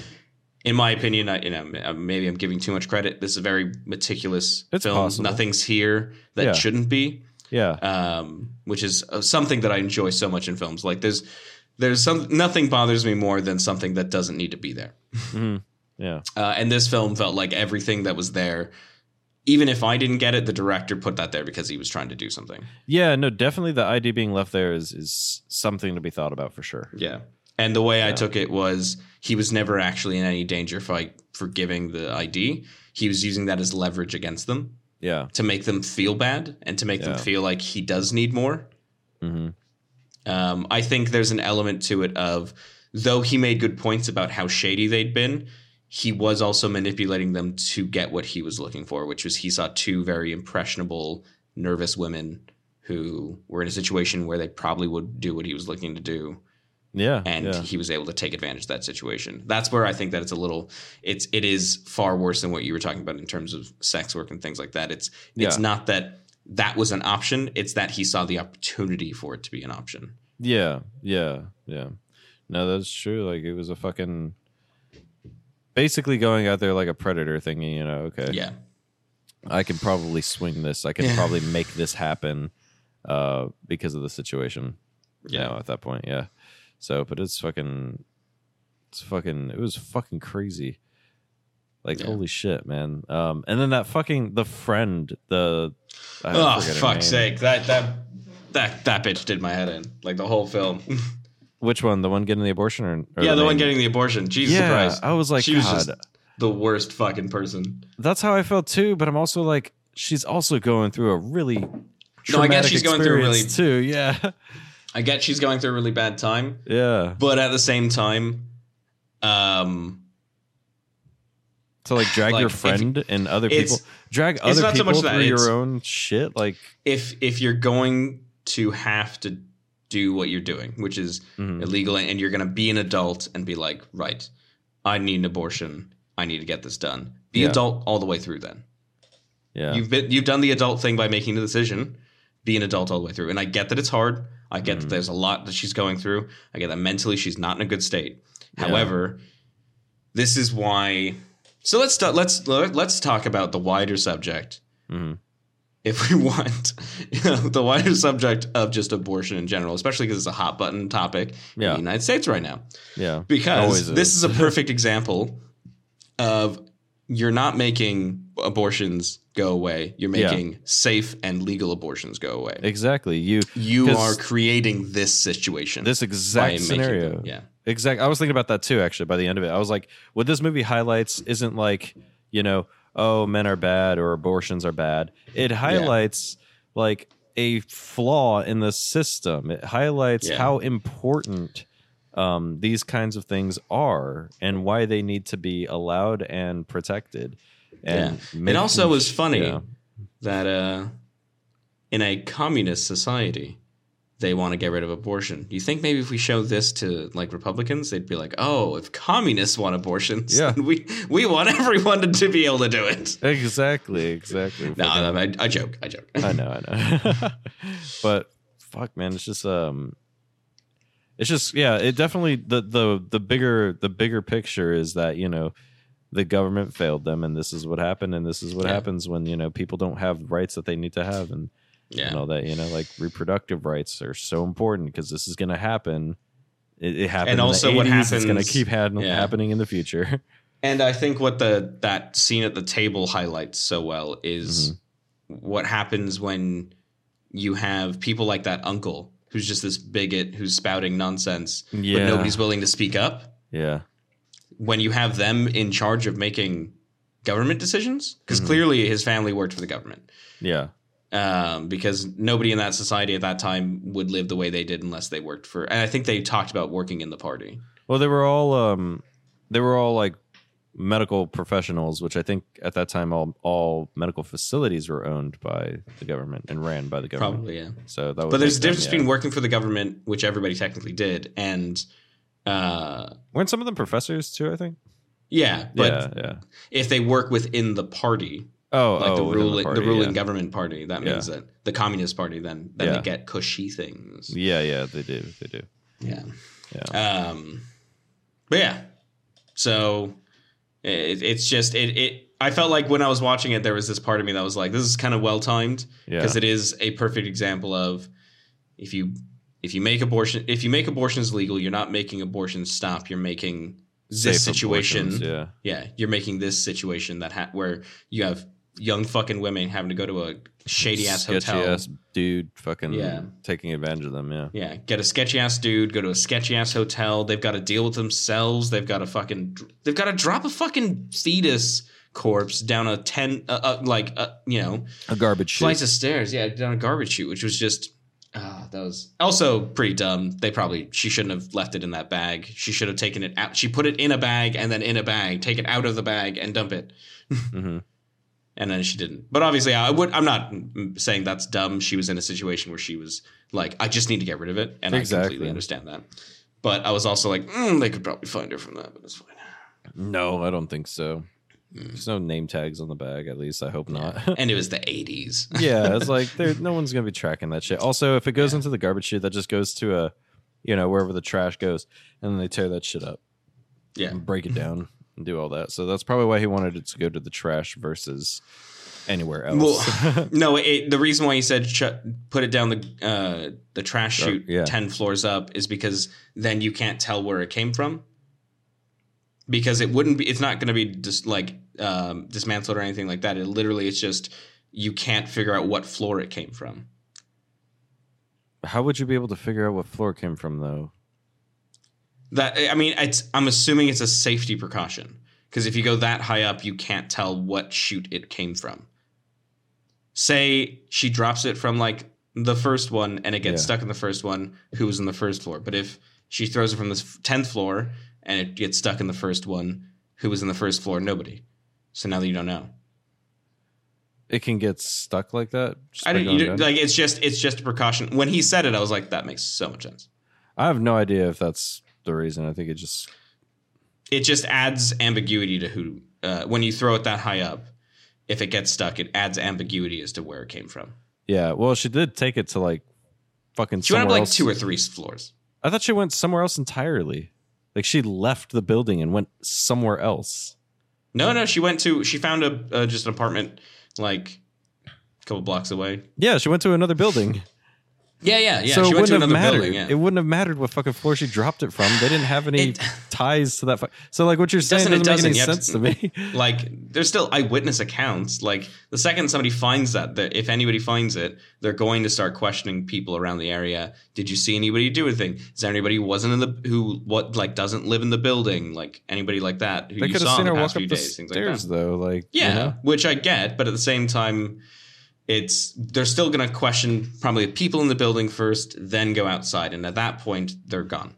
in my opinion, I, you know, m- uh, maybe I'm giving too much credit. This is a very meticulous It's film. possible. Nothing's here that Yeah. shouldn't be, yeah, um, which is uh, something that I enjoy so much in films. Like there's there's some nothing bothers me more than something that doesn't need to be there. Mhm. yeah, Uh, and this film felt like everything that was there, even if I didn't get it, the director put that there because he was trying to do something. yeah. No, definitely the ID being left there is is something to be thought about for sure. Yeah. And the way I Yeah. took it was he was never actually in any danger for like for giving the ID. He was using that as leverage against them Yeah, to make them feel bad and to make Yeah. them feel like he does need more. hmm Um, I think there's an element to it of though he made good points about how shady they'd been, he was also manipulating them to get what he was looking for, which was he saw two very impressionable, nervous women who were in a situation where they probably would do what he was looking to do yeah, and yeah. he was able to take advantage of that situation. That's where I think that it's a little it's it is far worse than what you were talking about in terms of sex work and things like that. It's it's Yeah. not that that was an option, it's that he saw the opportunity for it to be an option. Yeah, yeah, yeah. No, that's true. Like it was a fucking basically going out there like a predator thinking, you know, okay, Yeah. I can probably swing this. I can Yeah. probably make this happen uh because of the situation. Yeah. at that point, yeah. So, but it's fucking it's fucking it was fucking crazy. Like Yeah. holy shit, man. Um and then that fucking the friend, the I Oh forget her fuck's name. sake. That that that that bitch did my head in. Like the whole film. Which one? The one getting the abortion or, or yeah, the one main- getting the abortion. Jesus yeah, Christ. I was like, She was God, just- The worst fucking person. that's how I felt too. But I'm also like, she's also going through a really No, I guess traumatic she's going through a really- experience, too. Yeah, I get she's going through a really bad time. yeah. But at the same time, um To like drag Like, your if- friend and other it's- people, drag other not so people much that, through it's- your own shit. Like, if if you're going to have to do what you're doing, which is mhm. illegal, and you're going to be an adult and be like, right, I need an abortion, I need to get this done. Be Yeah. adult all the way through. Then yeah, you've been you've done the adult thing by making the decision. Be an adult all the way through, and I get that it's hard. I get Mhm. that there's a lot that she's going through. I get that mentally she's not in a good state. Yeah. However, this is why. So let's ta- let's let's talk about the wider subject mhm. if we want you know, the wider subject of just abortion in general, especially because it's a hot button topic in Yeah. the United States right now. yeah, Because Always this is. is a perfect example of you're not making abortions go away, you're Yeah. making safe and legal abortions go away. exactly. You you 'cause are creating this situation. this by exact making scenario. them- Yeah. Exactly. I was thinking about that too, actually, by the end of it. I was like, what this movie highlights isn't like, you know, oh, men are bad or abortions are bad. It highlights like a flaw in the system. It highlights Yeah. how important um, these kinds of things are and why they need to be allowed and protected. And It also making- was funny yeah. that uh, in a communist society, they want to get rid of abortion. You think maybe if we show this to like Republicans, they'd be like, "Oh, if communists want abortions, Yeah. then we we want everyone to, to be able to do it." Exactly. Exactly. No, Fucking- no, I, I joke. I joke. I know, I know. but fuck, man, it's just um, it's just yeah. It definitely the the the bigger the bigger picture is that you know the government failed them, and this is what happened, and this is what Yeah. happens when you know people don't have rights that they need to have, and and yeah, all that. You know, like reproductive rights are so important because this is going to happen. It, it happened, And in the also what 80s, It's going to happens- keep had, yeah. happening in the future. And I think what the that scene at the table highlights so well is Mm-hmm. what happens when you have people like that uncle who's just this bigot who's spouting nonsense, Yeah. but nobody's willing to speak up. yeah. When you have them in charge of making government decisions, because Mhm. clearly his family worked for the government, Yeah. um, because nobody in that society at that time would live the way they did unless they worked for. And I think they talked about working in the party. Well, they were all um, they were all like medical professionals, which I think at that time all all medical facilities were owned by the government and ran by the government. Probably, yeah. So that. Would But there's a make them, difference yeah. between working for the government, which everybody technically did, and uh, weren't some of them professors too? I think. yeah, but yeah. Yeah. if they work within the party, Oh, like oh, the within ruling the, party, ruling yeah. government party, that means that the communist party then then Yeah. they get cushy things. Yeah, yeah, they do, they do. Yeah. Yeah. Um, but yeah, so it, it's just it, it. I felt like when I was watching it, there was this part of me that was like, this is kind of well timed. Yeah, because it is a perfect example of if you if you make abortion if you make abortions legal, you're not making abortions stop. You're making this Safe situation, abortions, Yeah, yeah. you're making this situation that ha- where you have young fucking women having to go to a shady ass Sketchy hotel, ass dude, fucking Yeah. taking advantage of them. Yeah, yeah, get a sketchy ass dude, go to a sketchy ass hotel. They've got to deal with themselves. They've got to fucking they've got to drop a fucking fetus corpse down a ten uh, uh, like uh, you know a garbage Flights of stairs, yeah, down a garbage chute, which was just ah, that was also pretty dumb. They probably she shouldn't have left it in that bag. She should have taken it out. She put it in a bag and then in a bag, take it out of the bag and dump it, hmm and then she didn't. But obviously, I would. I'm not mm, saying that's dumb. She was in a situation where she was like, I just need to get rid of it, and I Exactly. completely understand that. But I was also like, mm, they could probably find her from that, but it's fine. No, I don't think so. Mm. There's no name tags on the bag. At least I hope not. And it was the 80s. yeah, it's like there. No one's gonna be tracking that shit. Also, if it goes into the garbage chute, that just goes to a, you know, wherever the trash goes, and then they tear that shit up, Yeah. and break it down, and do all that. So that's probably why he wanted it to go to the trash versus anywhere else. No, it, the reason why he said ch- put it down the uh, the trash Or- chute yeah. ten floors up is because then you can't tell where it came from because it wouldn't be. It's not going to be just like um, dismantled or anything like that. It literally, it's just you can't figure out what floor it came from. How would you be able to figure out what floor it came from though? That I mean, it's I'm assuming it's a safety precaution because if you go that high up, you can't tell what chute it came from. Say she drops it from like the first one and it gets Yeah. stuck in the first one, who was in the first floor? But if she throws it from the tenth floor and it gets stuck in the first one, who was in the first floor? Nobody. So now that you don't know, It can get stuck like that. just I by don't, going you don't down? like it's just it's just a precaution. When he said it, I was like, that makes so much sense. I have no idea if that's the reason. I think it just it just adds ambiguity to who uh, when you throw it that high up if it gets stuck it adds ambiguity as to where it came from yeah. Well, she did take it to like fucking she somewhere went up like else. two or three floors I thought she went somewhere else entirely. Like she left the building and went somewhere else. no no she went to she found a uh, just an apartment like a couple blocks away Yeah, she went to another building. yeah yeah yeah so she went it wouldn't to have another mattered. building yeah. It wouldn't have mattered what fucking floor she dropped it from. They didn't have any It- ties to that. Fu- so like what you're saying doesn't- doesn't, it make any sense doesn't, to me. like there's still eyewitness accounts like the second somebody finds that that if anybody finds it they're going to start questioning people around the area did you see anybody do a thing is there anybody who wasn't in the who what like doesn't live in the building like anybody like that who they you could have saw in seen her the walk past up few the days things like stairs that though. Like you yeah know? which i get but at the same time it's they're still going to question probably people in the building first then go outside and at that point they're gone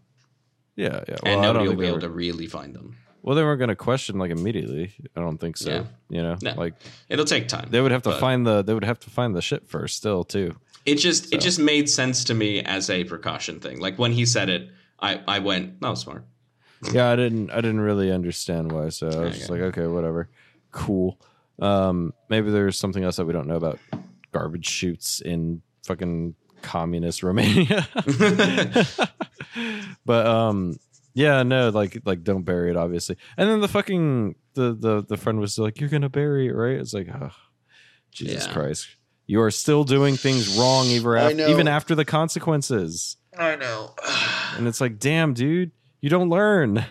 yeah, yeah. and I don't nobody will think be they able were- to really find them Well, they weren't going to question like immediately. I don't think so. Yeah. You know, No. like it'll take time they would have to But- find the they would have to find the shit first, still too. It just So. it just made sense to me as a precaution thing. Like when he said it, I I went that was smart. Yeah, I didn't I didn't really understand why, so I was Yeah, just yeah. like, okay, whatever, cool. Um, maybe there's something else that we don't know about garbage shoots in fucking communist Romania. but um, yeah, no, like like don't bury it, obviously. And then the fucking the the the friend was like, you're gonna bury it, right? It's like, oh, Jesus Yeah. Christ. You are still doing things wrong even, I af- know. even after the consequences. I know. And it's like, damn, dude, you don't learn.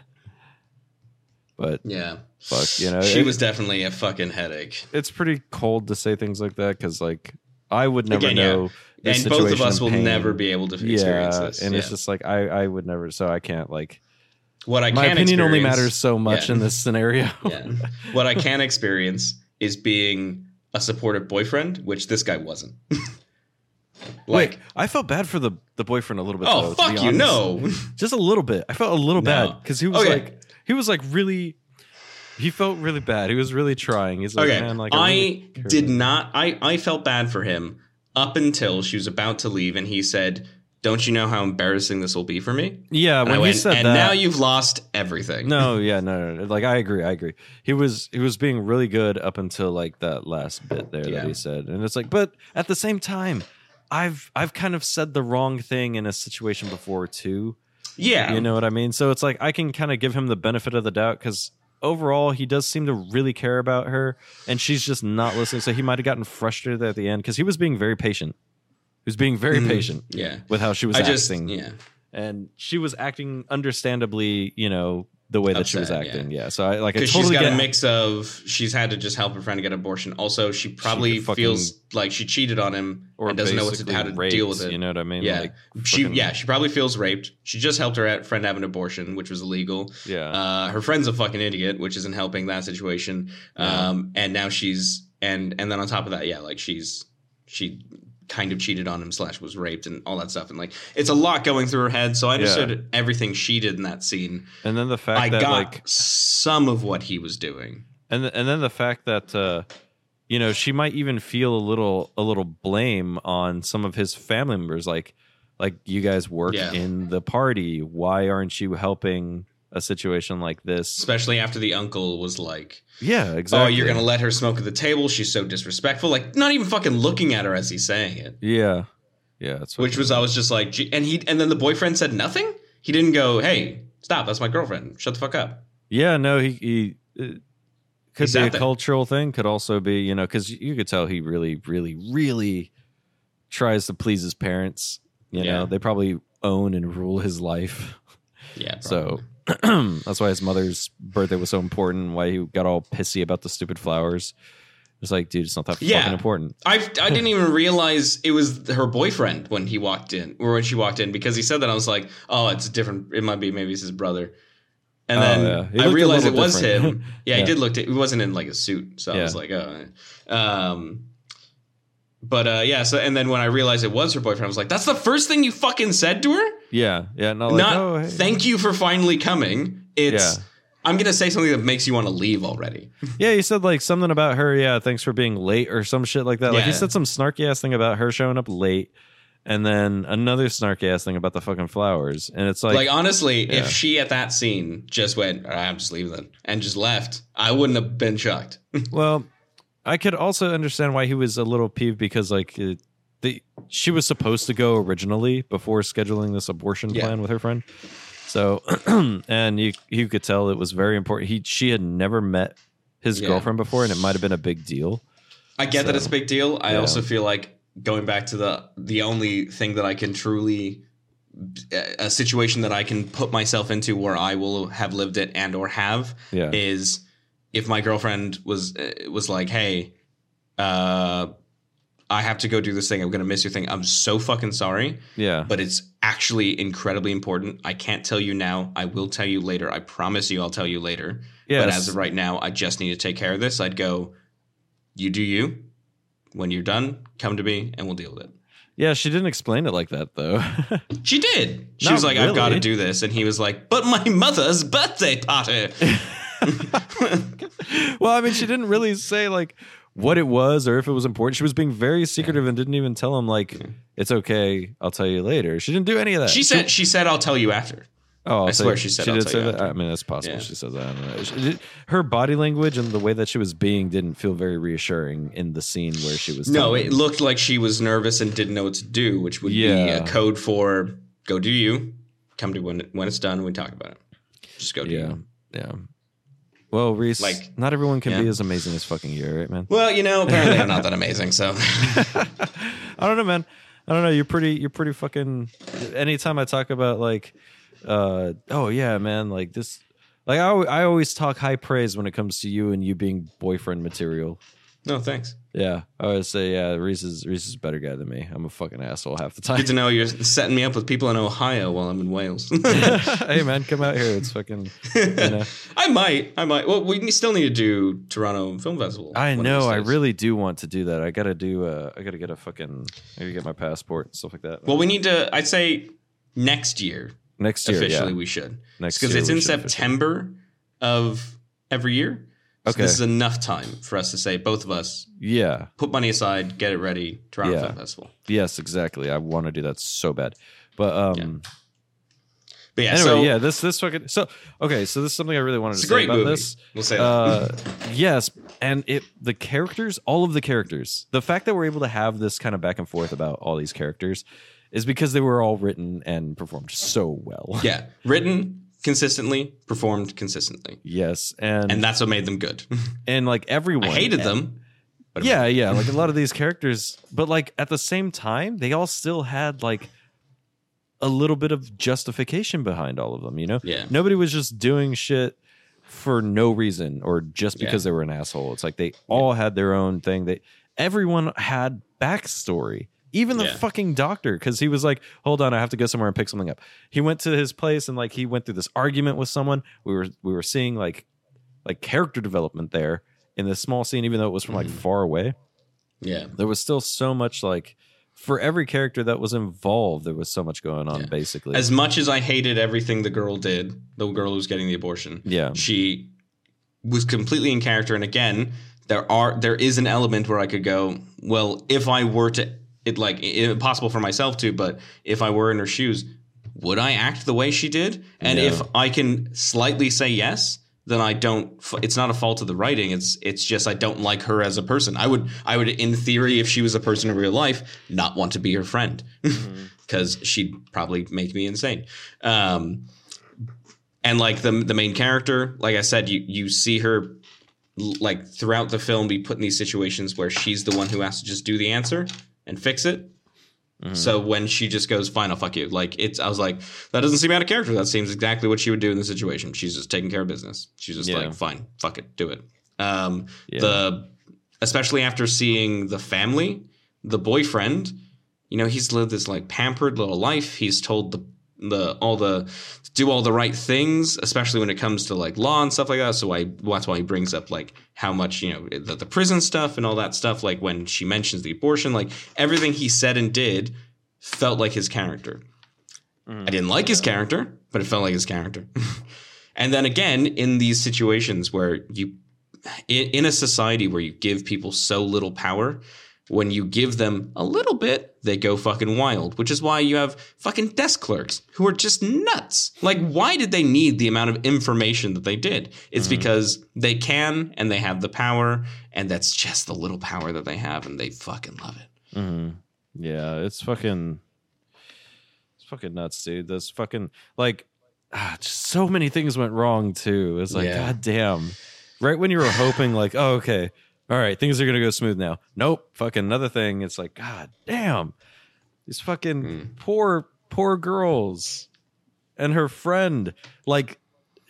But Yeah. fuck, you know, she it- was definitely a fucking headache. it's pretty cold to say things like that because like I would never Again, yeah. know. the And both of situation us will pain. never be able to experience yeah, this. and it's Yeah. just like I I would never. So I can't like what I my can opinion only experience- matters so much yeah. in this scenario. Yeah. What I can experience is being a supportive boyfriend, which this guy wasn't. like, Wait, I felt bad for the the boyfriend a little bit. oh though, to be fuck you, honest. no. just a little bit. I felt a little No. Oh, bad because he was Okay. like he was like really. He felt really bad. He was really trying. He's like, okay, man, like I, really care did about-" not. I I felt bad for him up until she was about to leave, and he said, "Don't you know how embarrassing this will be for me?" Yeah, And when I he went, said and that, now you've lost everything. no, yeah, no, no, no. Like I agree, I agree. He was he was being really good up until like that last bit there Yeah. that he said, and it's like, but at the same time, I've I've kind of said the wrong thing in a situation before too. yeah, You know what I mean? So it's like I can kind of give him the benefit of the doubt because overall he does seem to really care about her, and she's just not listening. So he might have gotten frustrated at the end because he was being very patient. He was being very Mhm. patient yeah. with how she was I acting just yeah. and she was acting understandably, you know, the way that she was Upset, acting. Yeah. So I like I Because totally she's got get a mix of she's had to just help her friend get abortion. Also, she probably fucking- feels like she cheated on him and doesn't know what to, basically how to raped, deal with it. You know what I mean? Yeah. Like, she fucking- yeah she probably feels raped. She just helped her at- friend have an abortion, which was illegal. yeah. Uh, her friend's a fucking idiot, which isn't helping that situation. Um, and now she's and and then on top of that, yeah, like she's she kind of cheated on him slash was raped and all that stuff and like it's a lot going through her head. So I understood everything she did in that scene. and then the fact I that got like some of what he was doing. and th- and then the fact that uh you know she might even feel a little a little blame on some of his family members like like you guys work Yeah. in the party why aren't you helping a situation like this especially after the uncle was like, yeah exactly "Oh, you're gonna let her smoke at the table? She's so disrespectful!" Like, not even fucking looking at her as he's saying it, yeah yeah that's what which was I was just like, gee- and he and then the boyfriend said nothing. He didn't go, "Hey, stop! That's my girlfriend. Shut the fuck up." Yeah, no, he, he it could He's be out a there. cultural thing. Could also be, you know, because you could tell he really, really, really tries to please his parents. You Yeah. know, they probably own and rule his life. Yeah. So that's why his mother's birthday was so important. and Why he got all pissy about the stupid flowers. It's like, dude, it's not that Yeah. fucking important. I I didn't even realize it was her boyfriend when he walked in, or when she walked in, because he said that I was like, "Oh, it's different. It might be maybe it's his brother." And Oh, yeah. then He looked I a realized it little was different. him. Yeah, he Yeah. did look. It wasn't in like a suit, so I was Yeah. like, "Oh." Um, but uh, yeah. So and then when I realized it was her boyfriend, I was like, "That's the first thing you fucking said to her." Yeah, yeah, not like, Not oh, hey. thank you for finally coming. It's Yeah. I'm gonna say something that makes you want to leave already. Yeah, he said like something about her. Yeah, thanks for being late or some shit like that. Like he Yeah. said some snarky ass thing about her showing up late, and then another snarky ass thing about the fucking flowers. And it's like, Like, honestly, Yeah. if she at that scene just went, "All right, I'm just leaving then, and just left, I wouldn't have been shocked. well, I could also understand why he was a little peeved because like it, the she was supposed to go originally before scheduling this abortion Yeah. plan with her friend. So, and you you could tell it was very important. He she had never met his Yeah. girlfriend before, and it might have been a big deal. I get that So, it's a big deal. I yeah. also feel like going back to the the only thing that I can truly a a situation that I can put myself into where I will have lived it and or have Yeah, is if my girlfriend was uh, was like, "Hey, uh I have to go do this thing. I'm going to miss your thing. I'm so fucking sorry." yeah. but it's actually incredibly important. I can't tell you now. I will tell you later. I promise you I'll tell you later. But Yes. as of right now, I just need to take care of this. I'd go, you do you. When you're done, come to me and we'll deal with it. Yeah, she didn't explain it like that though. She did. She Not was like, I've got to do really. this. And he was like, but my mother's birthday party. well, I mean, she didn't really say like what it was or if it was important. She was being very secretive and didn't even tell him like it's okay. I'll tell you later. She didn't do any of that. she said, she said, I'll tell you after. "Oh, I'll I tell swear you- she said, She "I'll did tell say you that. after." I mean, that's possible. Yeah. She says that. I don't know. She- she- her body language and the way that she was being didn't feel very reassuring in the scene where she was. No, telling it him. looked like she was nervous and didn't know what to do, which would be Yeah. a code for go do you. Come to when when it's done, we talk about it. Just go do Yeah, you. yeah. Well, Reese, Like- like not everyone can yeah. be as amazing as fucking you, right, man? Well, you know, apparently I'm not that amazing, so I don't know, man. I don't know. You're pretty. You're pretty fucking. Anytime I talk about like, uh, oh yeah, man, like this, Like I, al- I always talk high praise when it comes to you and you being boyfriend material. No, thanks. Yeah, I always say yeah. Reese is Reese is a better guy than me. I'm a fucking asshole half the time. Good to know you're setting me up with people in Ohio while I'm in Wales. hey man, come out here. It's fucking. You know. I might. I might. Well, we still need to do Toronto Film Festival. one I of these know. I days. really do want to do that. I gotta do. Uh, I gotta get a fucking. I gotta get my passport and stuff like that. Well, we need to. I'd say next year, next year, officially, yeah. we should. Next Because year it's we in should officially- September of every year. So Okay. This is enough time for us to say, both of us, Yeah. put money aside, get it ready, Toronto Yeah. Film Festival. Yes. Exactly. I want to do that so bad, but um. But yeah, Anyway, so yeah. This this fucking so okay. So this is something I really wanted it's to a say great about movie. this. We'll say that. Uh, yes, and it the characters, all of the characters, the fact that we're able to have this kind of back and forth about all these characters is because they were all written and performed so well. yeah. Written consistently, performed consistently. Yes, and And and, that's what made them good. like everyone, I hated them. but- yeah, yeah, like a lot of these characters, but like at the same time, they all still had like a little bit of justification behind all of them. You know, Yeah. nobody was just doing shit for no reason or just Yeah. because they were an asshole. It's like they all had their own thing. They everyone had backstory. Even the Yeah. fucking doctor, because he was like, "Hold on, I have to go somewhere and pick something up." He went to his place and like he went through this argument with someone. We were we were seeing like like character development there in this small scene, even though it was from like Mhm. far away. Yeah. There was still so much like for every character that was involved, there was so much going on. Yeah. Basically, As much as I hated everything the girl did, the girl who's getting the abortion, yeah, she was completely in character. And again, there are there is an element where I could go, well, if I were to it like i- impossible for myself to, but if I were in her shoes, would I act the way she did? And Yeah. if I can slightly say yes, then I don't. f- It's not a fault of the writing. It's it's just I don't like her as a person. I would I would in theory, if she was a person in real life, not want to be her friend Mm-hmm. because she'd probably make me insane. Um, and like the the main character, like I said, you you see her l- like throughout the film be put in these situations where she's the one who has to just do the answer and fix it. Mhm. So when she just goes, "Fine, I'll fuck you," like it's, I was like, that doesn't seem out of character. That seems exactly what she would do in the situation. She's just taking care of business. She's just Yeah. like, "Fine, fuck it, do it." Um, yeah. the especially after seeing the family the boyfriend you know he's lived this like pampered little life he's told the the all the do all the right things especially when it comes to like law and stuff like that so I, that's why he brings up like how much you know the, the prison stuff and all that stuff like when she mentions the abortion like everything he said and did felt like his character Mhm. I didn't like his character, but it felt like his character. and then again, in these situations where you, in, in a society where you give people so little power, when you give them a little bit, they go fucking wild, which is why you have fucking desk clerks who are just nuts. Like, why did they need the amount of information that they did? It's Mhm. because they can and they have the power, and that's just the little power that they have, and they fucking love it. hmm Yeah, it's fucking, it's fucking nuts, dude. This fucking like, ah, just so many things went wrong too. It's like, Yeah. god damn. Right when you were hoping, like, oh okay, all right, things are gonna go smooth now. Nope, fucking another thing. It's like, god damn, these fucking Mm. poor poor girls and her friend, like.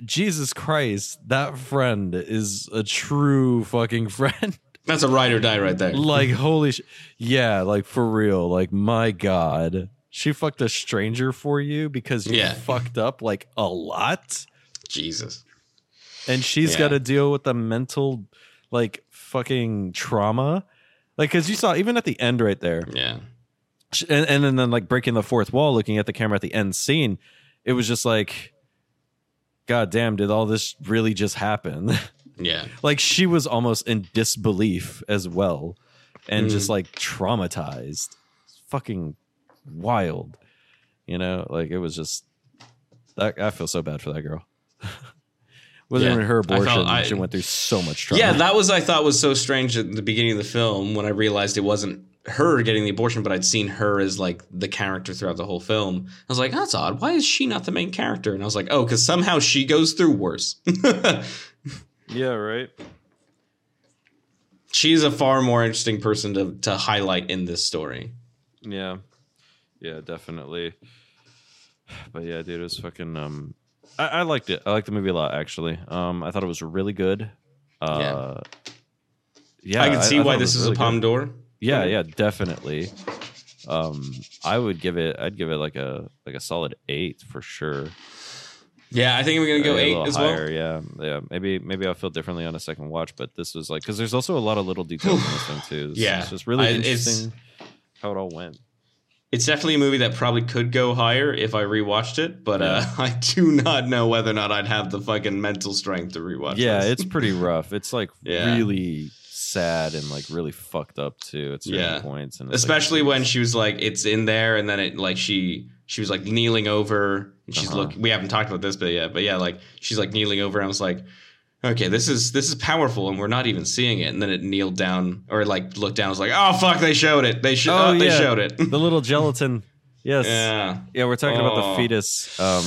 Jesus Christ, that friend is a true fucking friend. That's a ride or die right there. like holy sh- yeah like for real like my god she fucked a stranger for you because you Yeah. fucked up like a lot Jesus. and she's Yeah. got to deal with the mental like fucking trauma like because you saw even at the end right there Yeah. sh- and, and then, then like breaking the fourth wall looking at the camera at the end scene it was just like god damn did all this really just happen Yeah. like she was almost in disbelief as well and Mm. just like traumatized It's fucking wild you know like it was just that i feel so bad for that girl wasn't Yeah. even her I felt- abortion I- she went through so much trauma Yeah, that was I thought was so strange at the beginning of the film when I realized it wasn't her getting the abortion, but I'd seen her as like the character throughout the whole film. I was like, that's odd. Why is she not the main character? And I was like, oh, because somehow she goes through worse. yeah right She's a far more interesting person to to highlight in this story. yeah yeah definitely but yeah dude it was fucking um I, I liked it. I liked the movie a lot, actually. Um, I thought it was really good. Uh, yeah. I can see thought why it this is was really a good. Palm d'Or. Yeah, yeah, definitely. Um, I would give it. I'd give it like a like a solid eight for sure. Yeah, I think we're gonna Maybe go a eight little as higher, well. Yeah, yeah. Maybe maybe I'll feel differently on a second watch, but this was like because there's also a lot of little details in this thing too. It's, Yeah. it's just really I- it's- interesting how it all went. It's definitely a movie that probably could go higher if I rewatched it, but uh, I do not know whether or not I'd have the fucking mental strength to rewatch. yeah, this. it's pretty rough. It's like Yeah. really sad and like really fucked up too at certain Yeah. points, and it's like- especially when she was like it's in there and then it like she she was like kneeling over and she's Uh-huh. look we haven't talked about this but yeah but yeah like she's like kneeling over and i was like okay this is this is powerful and we're not even seeing it and then it kneeled down or like looked down I was like oh fuck they showed it they sho- Oh, oh, they yeah. showed it the little gelatin. Yes. yeah Yeah, we're talking about Oh. the fetus. Um,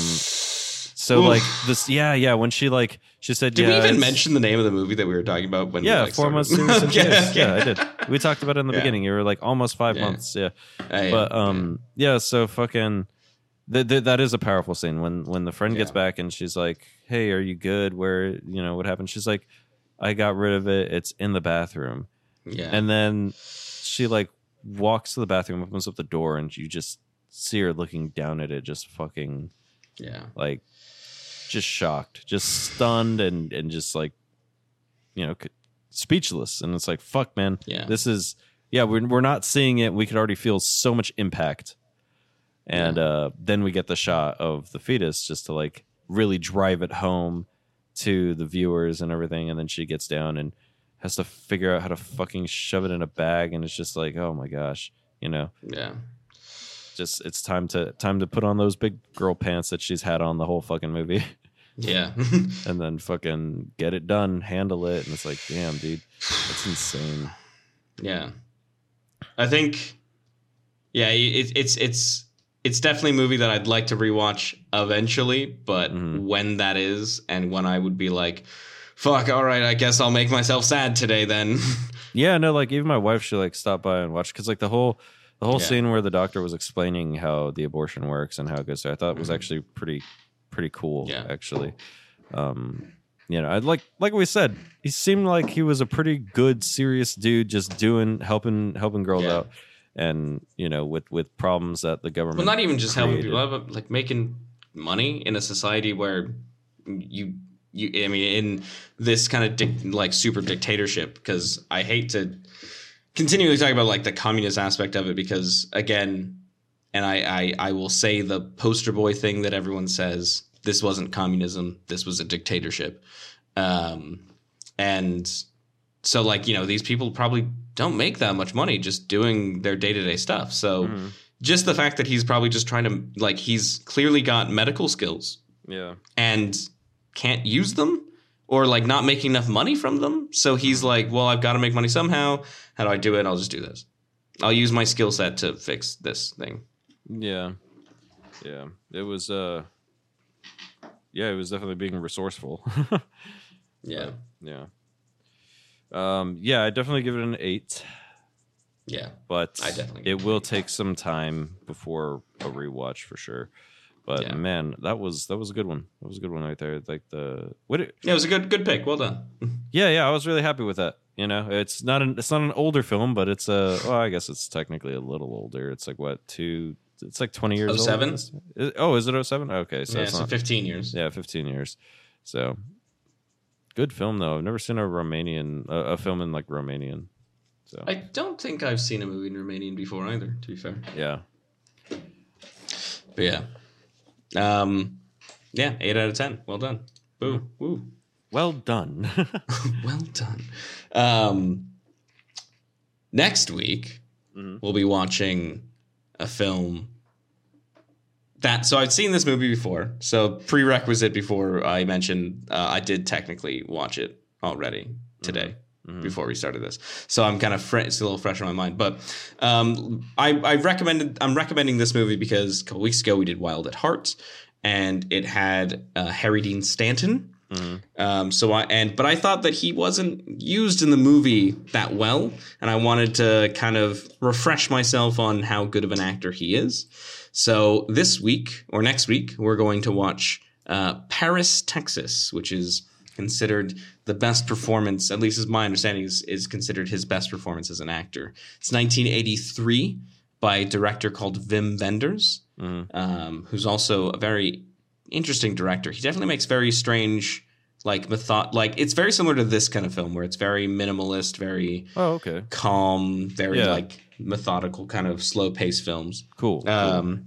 so Oof. like this, yeah, yeah. When she like, she said, did yeah, we even it's- mention the name of the movie that we were talking about when we, Yeah, like, four started? months. Two months and Okay, years. okay. Yeah, I did. We talked about it in the Yeah. beginning. You were like almost five Yeah. months. Yeah, I- but um, yeah. So fucking, th- th- that is a powerful scene when when the friend gets Yeah. back and she's like, "Hey, are you good? Where you know what happened?" She's like, "I got rid of it. It's in the bathroom." yeah And then she like walks to the bathroom, opens up the door, and you just see her looking down at it, just fucking yeah like just shocked, just stunned, and and just like you know c- speechless. And it's like, fuck, man, yeah this is yeah, we're we're not seeing it. We could already feel so much impact, and uh, then we get the shot of the fetus just to like really drive it home to the viewers and everything. And then she gets down and has to figure out how to fucking shove it in a bag, and it's just like, oh my gosh, you know yeah just it's time to time to put on those big girl pants that she's had on the whole fucking movie yeah and then fucking get it done handle it and it's like damn dude that's insane Yeah, I think, yeah, it, it's it's it's definitely a movie that I'd like to rewatch eventually, but Mhm. when that is, and when I would be like, "Fuck, all right, I guess I'll make myself sad today then." yeah no like even my wife she like stopped by and watched because like the whole the whole Yeah. scene where the doctor was explaining how the abortion works and how it goes i thought was Mhm. actually pretty pretty cool Yeah. actually um you know i'd like like we said he seemed like he was a pretty good serious dude just doing helping helping girls Yeah. out and you know with with problems that the government well, not even just helping people, created. out, but like making money in a society where you. You, I mean, in this kind of dic- like super dictatorship, because I hate to continually talk about like the communist aspect of it, because again, and I, I I will say the poster boy thing that everyone says this wasn't communism this was a dictatorship um and so like you know these people probably don't make that much money just doing their day-to-day stuff so Mhm. just the fact that he's probably just trying to like he's clearly got medical skills Yeah. and can't use them or like not making enough money from them. So he's like, well, I've got to make money somehow. How do I do it? I'll just do this. I'll use my skill set to fix this thing. Yeah. Yeah. It was uh yeah, it was definitely being resourceful. Yeah. yeah. Um yeah, I definitely give it an 8, Yeah. but I definitely give it will take some time before a rewatch for sure. But Yeah. man, that was that was a good one. That was a good one right there. Like the what it, Yeah, it was a good good pick. Well done. Yeah, yeah, I was really happy with that. You know, it's not an it's not an older film, but it's a well, I guess it's technically a little older. It's like what, two it's like 20 years old. 07? Is- Oh, is it 07? Okay, so yeah, it's so not 15 years. Yeah, 15 years. So good film though. I've never seen a Romanian a, a film in like Romanian. So I don't think I've seen a movie in Romanian before either, to be fair. yeah. But yeah. Um yeah, 8 out of 10. Well done. Boo. Woo. Well done. well done. Um, next week, Mhm. we'll be watching a film that. So I've seen this movie before. So prerequisite before I mentioned, uh, I did technically watch it already today Mhm. before we started this. So I'm kind of fre- it's a little fresh in my mind. But um, I, I recommended I'm recommending this movie because a couple weeks ago we did Wild at Heart, and it had uh, Harry Dean Stanton. Mhm. Um, so I and but I thought that he wasn't used in the movie that well, and I wanted to kind of refresh myself on how good of an actor he is. So this week or next week, we're going to watch uh, Paris, Texas, which is considered the best performance, at least as my understanding is, is considered his best performance as an actor. It's 1983 by a director called Vim Vendors, Mhm. um, who's also a very interesting director. He definitely makes very strange, like method, like it's very similar to this kind of film where it's very minimalist, very Oh, okay. calm, very Yeah. like methodical kind of slow paced films. Cool. cool. Um,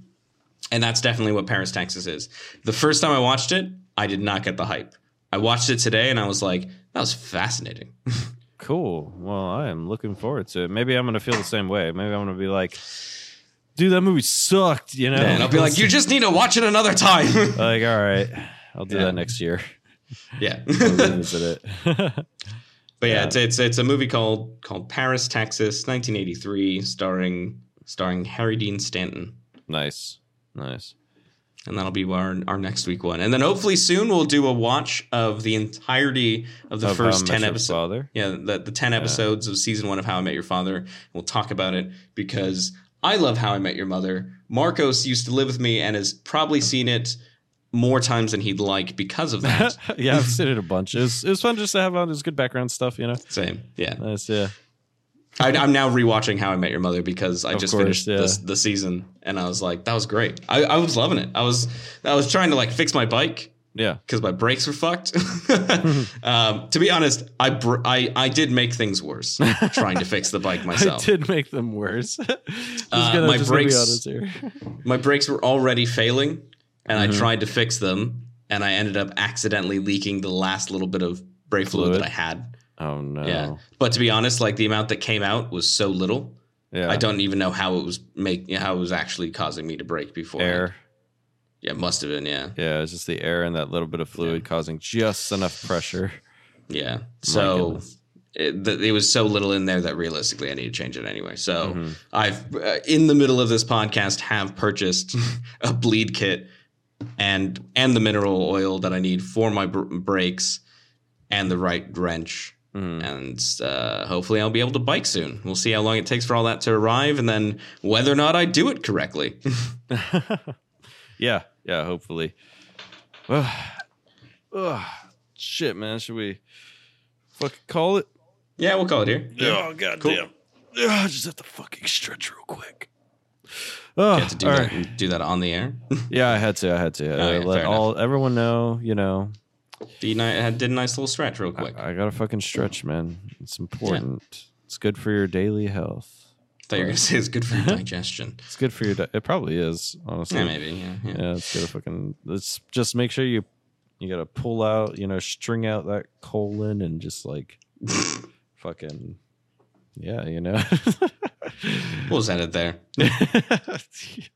and that's definitely what Paris, Texas is. The first time I watched it, I did not get the hype. I watched it today and I was like, that was fascinating. Oh. Cool. Well, I am looking forward to it. Maybe I'm going to feel the same way. Maybe I'm going to be like, dude, that movie sucked, you know? and I'll be like, you just need to watch it another time. Like, all right, I'll do Yeah. that next year. yeah. I'll but revisit it. yeah, it's, it's it's a movie called called Paris, Texas, 1983, starring starring Harry Dean Stanton. nice. Nice. And that'll be our, our next week one. And then hopefully soon we'll do a watch of the entirety of the Of How I first Met 10 Your episodes. Father. Yeah, the, the 10 episodes of season one of How I Met Your Father. And We'll talk about it because I love How I Met Your Mother. Marcos used to live with me and has probably seen it more times than he'd like because of that. yeah, I've seen it a bunch. It was, it was fun just to have on. It was good background stuff, you know? Same. Yeah. Nice. Yeah. I, I'm now rewatching How I Met Your Mother because I Of just course, finished yeah. this, the season and I was like, that was great. I, I was loving it. I was I was trying to like fix my bike Yeah. because my brakes were fucked. um, to be honest, I, br- I I did make things worse trying to fix the bike myself. I did make them worse. just Uh, gonna, my just gonna be brakes- honest here. my brakes were already failing and Mm-hmm. I tried to fix them and I ended up accidentally leaking the last little bit of brake fluid, Fluid? that I had. Oh, no. Yeah. But to be honest, like the amount that came out was so little. Yeah. I don't even know how it was make how it was actually causing me to break before. Air. Yeah, it must have been, yeah. Yeah, it's just the air and that little bit of fluid causing just enough pressure. Yeah. My So goodness. it, th- it was so little in there that realistically I need to change it anyway. So Mhm. I've uh, in the middle of this podcast have purchased a bleed kit and and the mineral oil that I need for my br- brakes and the right wrench Mhm. and uh, hopefully I'll be able to bike soon. We'll see how long it takes for all that to arrive and then whether or not I do it correctly. yeah, yeah, hopefully. Ugh. Shit, man, should we fucking call it? yeah, we'll call it here. Oh goddamn. Ugh, I just have to fucking stretch real quick. Oh, You have to do that do that on the air. Yeah, I had to. I had to. Oh, I yeah, let fair all everyone know. You know, did, I did a nice little stretch real quick. I, I gotta fucking stretch, man. It's important. It's good for your daily health. thought you were going to say it's good for your digestion. It's good for your. Di- it probably is, honestly. Yeah, maybe. Yeah, yeah. Yeah, it's gotta fucking. Let's just make sure you you gotta pull out, you know, string out that colon and just like fucking. Yeah, you know. We'll just end it there. yeah.